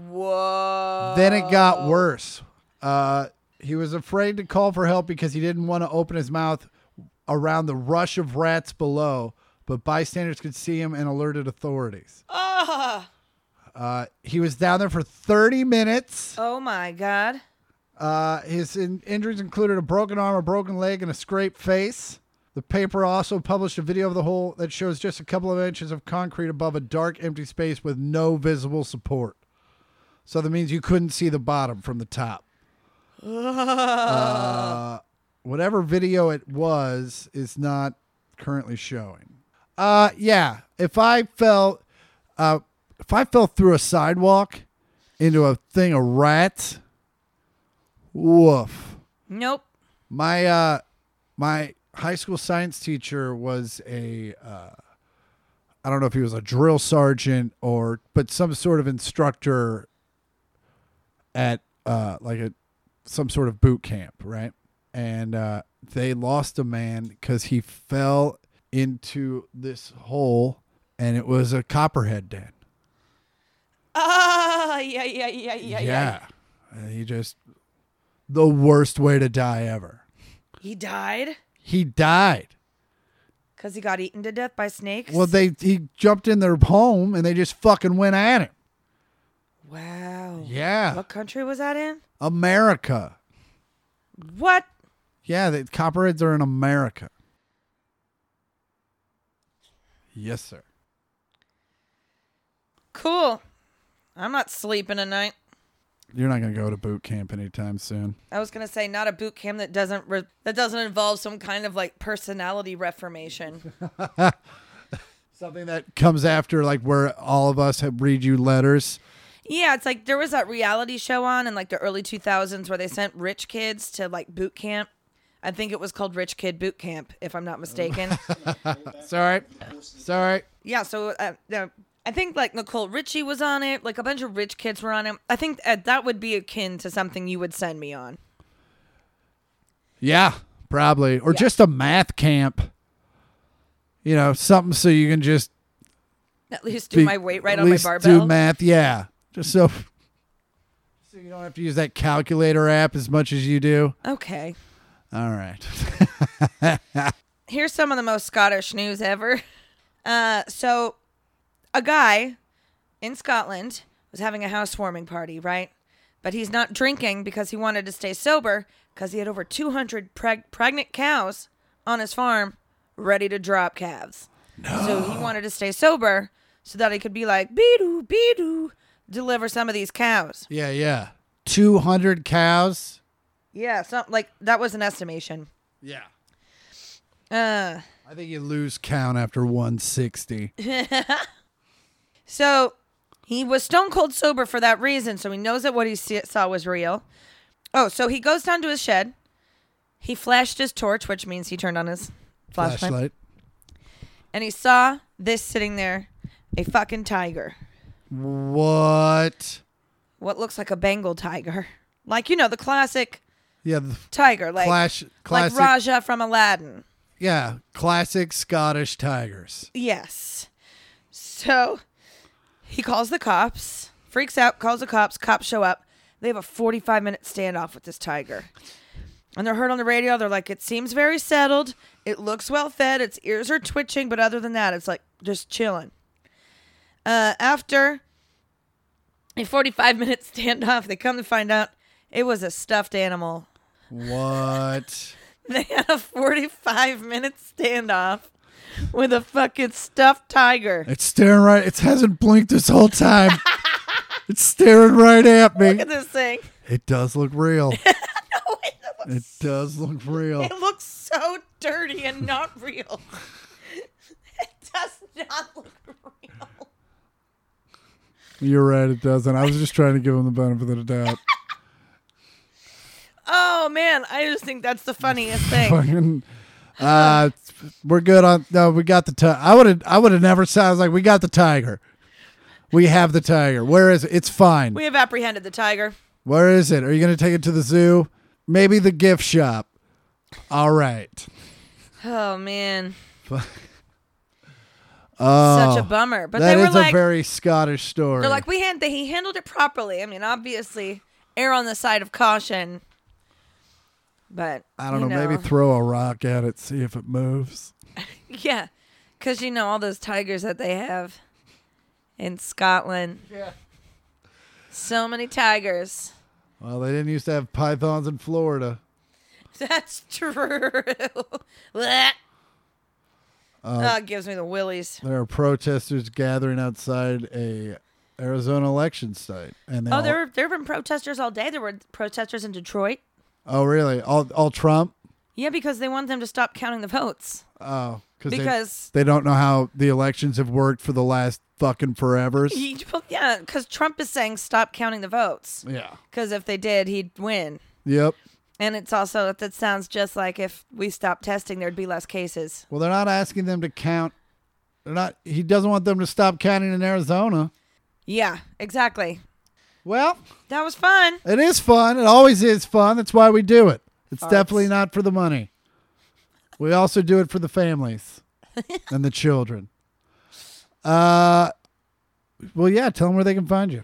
[SPEAKER 3] Whoa.
[SPEAKER 2] Then it got worse. Uh, he was afraid to call for help because he didn't want to open his mouth around the rush of rats below, but bystanders could see him and alerted authorities.
[SPEAKER 3] Oh,
[SPEAKER 2] Uh, he was down there for 30 minutes.
[SPEAKER 3] oh my god.
[SPEAKER 2] Uh, his in- injuries included a broken arm, a broken leg, and a scraped face. The paper also published a video of the hole that shows just a couple of inches of concrete above a dark, empty space with no visible support. So that means you couldn't see the bottom from the top. Uh, whatever video it was is not currently showing. Uh, yeah. If I fell, uh, if I fell through a sidewalk into a thing of rats, woof.
[SPEAKER 3] Nope.
[SPEAKER 2] My uh, my high school science teacher was a uh, I don't know if he was a drill sergeant or but some sort of instructor at uh, like a some sort of boot camp, right? And uh, they lost a man because he fell into this hole, and it was a copperhead den.
[SPEAKER 3] Ah, yeah, yeah, yeah, yeah, yeah.
[SPEAKER 2] And he just the worst way to die ever.
[SPEAKER 3] He died
[SPEAKER 2] He died.
[SPEAKER 3] because he got eaten to death by snakes.
[SPEAKER 2] Well, they he jumped in their home and they just fucking went at him.
[SPEAKER 3] wow.
[SPEAKER 2] Yeah,
[SPEAKER 3] What country was that in?
[SPEAKER 2] America.
[SPEAKER 3] What?
[SPEAKER 2] Yeah, the copperheads are in America. Yes, sir.
[SPEAKER 3] Cool. I'm not sleeping tonight.
[SPEAKER 2] You're not gonna go to boot camp anytime soon.
[SPEAKER 3] I was gonna say not a boot camp that doesn't re- that doesn't involve some kind of like personality reformation.
[SPEAKER 2] Something that comes after, like where all of us have read you letters.
[SPEAKER 3] yeah, it's like there was that reality show on in like the early 2000s where they sent rich kids to like boot camp. I think it was called Rich Kid Boot Camp, if I'm not mistaken.
[SPEAKER 2] Sorry, sorry.
[SPEAKER 3] yeah, so uh, uh, I think like Nicole Richie was on it. Like a bunch of rich kids were on it. I think uh, that would be akin to something you would send me on.
[SPEAKER 2] Yeah, probably, or just a math camp. You know, something so you can just
[SPEAKER 3] At least do
[SPEAKER 2] Be-
[SPEAKER 3] my weight right
[SPEAKER 2] at
[SPEAKER 3] on my
[SPEAKER 2] least
[SPEAKER 3] barbell.
[SPEAKER 2] Do math, yeah. Just so so you don't have to use that calculator app as much as you do.
[SPEAKER 3] okay.
[SPEAKER 2] All right.
[SPEAKER 3] here's some of the most Scottish news ever. Uh, so, a guy in Scotland was having a housewarming party, right? But he's not drinking because he wanted to stay sober because he had over 200 preg- pregnant cows on his farm ready to drop calves. So, he wanted to stay sober so that he could be like, beedoo, beedoo, deliver some of these cows.
[SPEAKER 2] yeah, yeah. 200 cows.
[SPEAKER 3] Yeah, something like that was an estimation.
[SPEAKER 2] Yeah.
[SPEAKER 3] Uh,
[SPEAKER 2] I think you lose count after 160.
[SPEAKER 3] So he was stone cold sober for that reason. So he knows that what he see- saw was real. Oh, so he goes down to his shed. He flashed his torch, which means he turned on his flashlight.
[SPEAKER 2] Flashlight.
[SPEAKER 3] And he saw this sitting there a fucking tiger.
[SPEAKER 2] What?
[SPEAKER 3] What looks like a Bengal tiger. Like, you know, the classic
[SPEAKER 2] Yeah, the
[SPEAKER 3] tiger. Like,
[SPEAKER 2] Clash- classic-
[SPEAKER 3] like Raja from Aladdin.
[SPEAKER 2] yeah, classic Scottish tigers.
[SPEAKER 3] Yes. So he calls the cops, freaks out, calls the cops, cops show up. They have a 45 minute standoff with this tiger. And they're heard on the radio. They're like, it seems very settled. It looks well fed. Its ears are twitching. But other than that, it's like just chilling. Uh, after a 45 minute standoff, they come to find out it was a stuffed animal.
[SPEAKER 2] What?
[SPEAKER 3] They had a 45 minute standoff with a fucking stuffed tiger.
[SPEAKER 2] It's staring right. It hasn't blinked this whole time. it's staring right at
[SPEAKER 3] Look
[SPEAKER 2] me.
[SPEAKER 3] at this thing.
[SPEAKER 2] It does look real.
[SPEAKER 3] Oh, it looks-
[SPEAKER 2] It does look real.
[SPEAKER 3] It looks so dirty and not real. it does not look real.
[SPEAKER 2] You're right. It doesn't. I was just trying to give him the benefit of the doubt.
[SPEAKER 3] Oh man, I just think that's the funniest thing.
[SPEAKER 2] Fucking. Uh, we're good on. No, we got the. Ti- I would have. I would have never said. I was like, we got the tiger. We have the tiger. Where is it? It's fine.
[SPEAKER 3] We have apprehended the tiger.
[SPEAKER 2] Where is it? Are you going to take it to the zoo? Maybe the gift shop. All right.
[SPEAKER 3] Oh man,
[SPEAKER 2] Oh,
[SPEAKER 3] such a bummer. But
[SPEAKER 2] that
[SPEAKER 3] they were
[SPEAKER 2] is
[SPEAKER 3] like,
[SPEAKER 2] a very Scottish story.
[SPEAKER 3] they're like, we hand- he handled it properly. I mean, obviously, err on the side of caution. But
[SPEAKER 2] I don't
[SPEAKER 3] you
[SPEAKER 2] know, Maybe throw a rock at it, see if it moves.
[SPEAKER 3] Yeah, because you know all those tigers that they have in Scotland. Yeah. So many tigers.
[SPEAKER 2] Well, they didn't used to have pythons in Florida.
[SPEAKER 3] That's true. Blech. oh, it gives me the willies.
[SPEAKER 2] There are protesters gathering outside a Arizona election site, and they
[SPEAKER 3] Oh,
[SPEAKER 2] all-
[SPEAKER 3] there there have been protesters all day. There were protesters in Detroit.
[SPEAKER 2] oh really? All all Trump.
[SPEAKER 3] Yeah, because they want them to stop counting the votes.
[SPEAKER 2] Oh, cause they-
[SPEAKER 3] Because-
[SPEAKER 2] they, don't know how the elections have worked for the last fucking forevers.
[SPEAKER 3] He- well, yeah, because Trump is saying stop counting the votes.
[SPEAKER 2] Yeah.
[SPEAKER 3] Because if they did, he'd win.
[SPEAKER 2] Yep.
[SPEAKER 3] And it's also that sounds just like if we stopped testing, there'd be less cases.
[SPEAKER 2] Well, they're not asking them to count. They're not. He doesn't want them to stop counting in Arizona.
[SPEAKER 3] Yeah, exactly.
[SPEAKER 2] Well,
[SPEAKER 3] That was fun.
[SPEAKER 2] it is fun. It always is fun. That's why we do it. It's
[SPEAKER 3] Farts.
[SPEAKER 2] definitely not for the money. We also do it for the families and the children. Uh, well, yeah. Tell them where they can find you.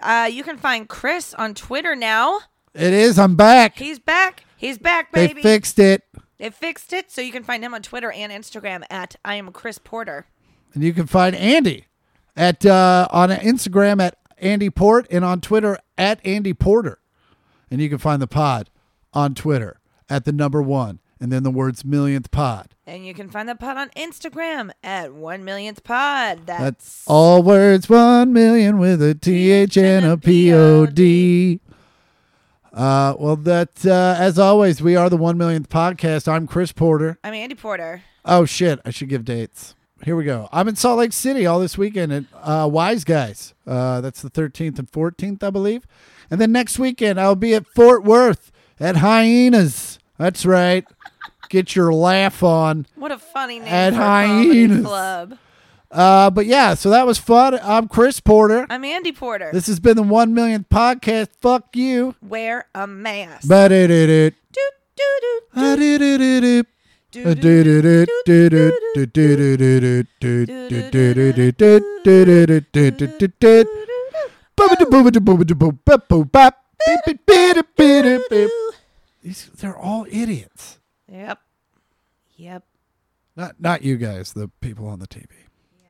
[SPEAKER 3] Uh, you can find Chris on Twitter now.
[SPEAKER 2] It is. I'm back.
[SPEAKER 3] He's back. He's back,
[SPEAKER 2] They
[SPEAKER 3] baby.
[SPEAKER 2] fixed it.
[SPEAKER 3] They fixed it, so you can find him on Twitter and Instagram at I am Chris Porter.
[SPEAKER 2] And you can find Andy at uh, on Instagram at Andy Port and on Twitter at Andy Porter. And you can find the pod on Twitter at the number one and then the words millionth pod.
[SPEAKER 3] And you can find the pod on Instagram at one millionth pod. That's,
[SPEAKER 2] That's all words one million with a T H and a P O D. Uh, well, that uh, as always, we are the one millionth podcast. I'm Chris Porter.
[SPEAKER 3] I'm Andy Porter.
[SPEAKER 2] Oh shit, I should give dates. Here we go. I'm in Salt Lake City all this weekend at uh, Wise Guys. Uh, that's the 13th and 14th, I believe. And then next weekend I'll be at Fort Worth at Hyenas. That's right. Get your laugh on.
[SPEAKER 3] What a funny name
[SPEAKER 2] At
[SPEAKER 3] for a comedy
[SPEAKER 2] Hyenas.
[SPEAKER 3] club.
[SPEAKER 2] Uh, but yeah, so that was fun. I'm Chris Porter.
[SPEAKER 3] I'm Andy Porter.
[SPEAKER 2] This has been the one millionth podcast. Fuck you.
[SPEAKER 3] Wear a mask.
[SPEAKER 2] But it it it.
[SPEAKER 3] Do, do, do,
[SPEAKER 2] I did it it it.
[SPEAKER 3] do,
[SPEAKER 2] I
[SPEAKER 3] do,
[SPEAKER 2] did it it did
[SPEAKER 3] do, do,
[SPEAKER 2] it
[SPEAKER 3] do,
[SPEAKER 2] did it did it did it did it did it did it did it did
[SPEAKER 3] do,
[SPEAKER 2] it.
[SPEAKER 3] do, do,
[SPEAKER 2] These-
[SPEAKER 3] do.
[SPEAKER 2] They're all idiots.
[SPEAKER 3] Yep. Yep.
[SPEAKER 2] Not not you guys, the people on the TV.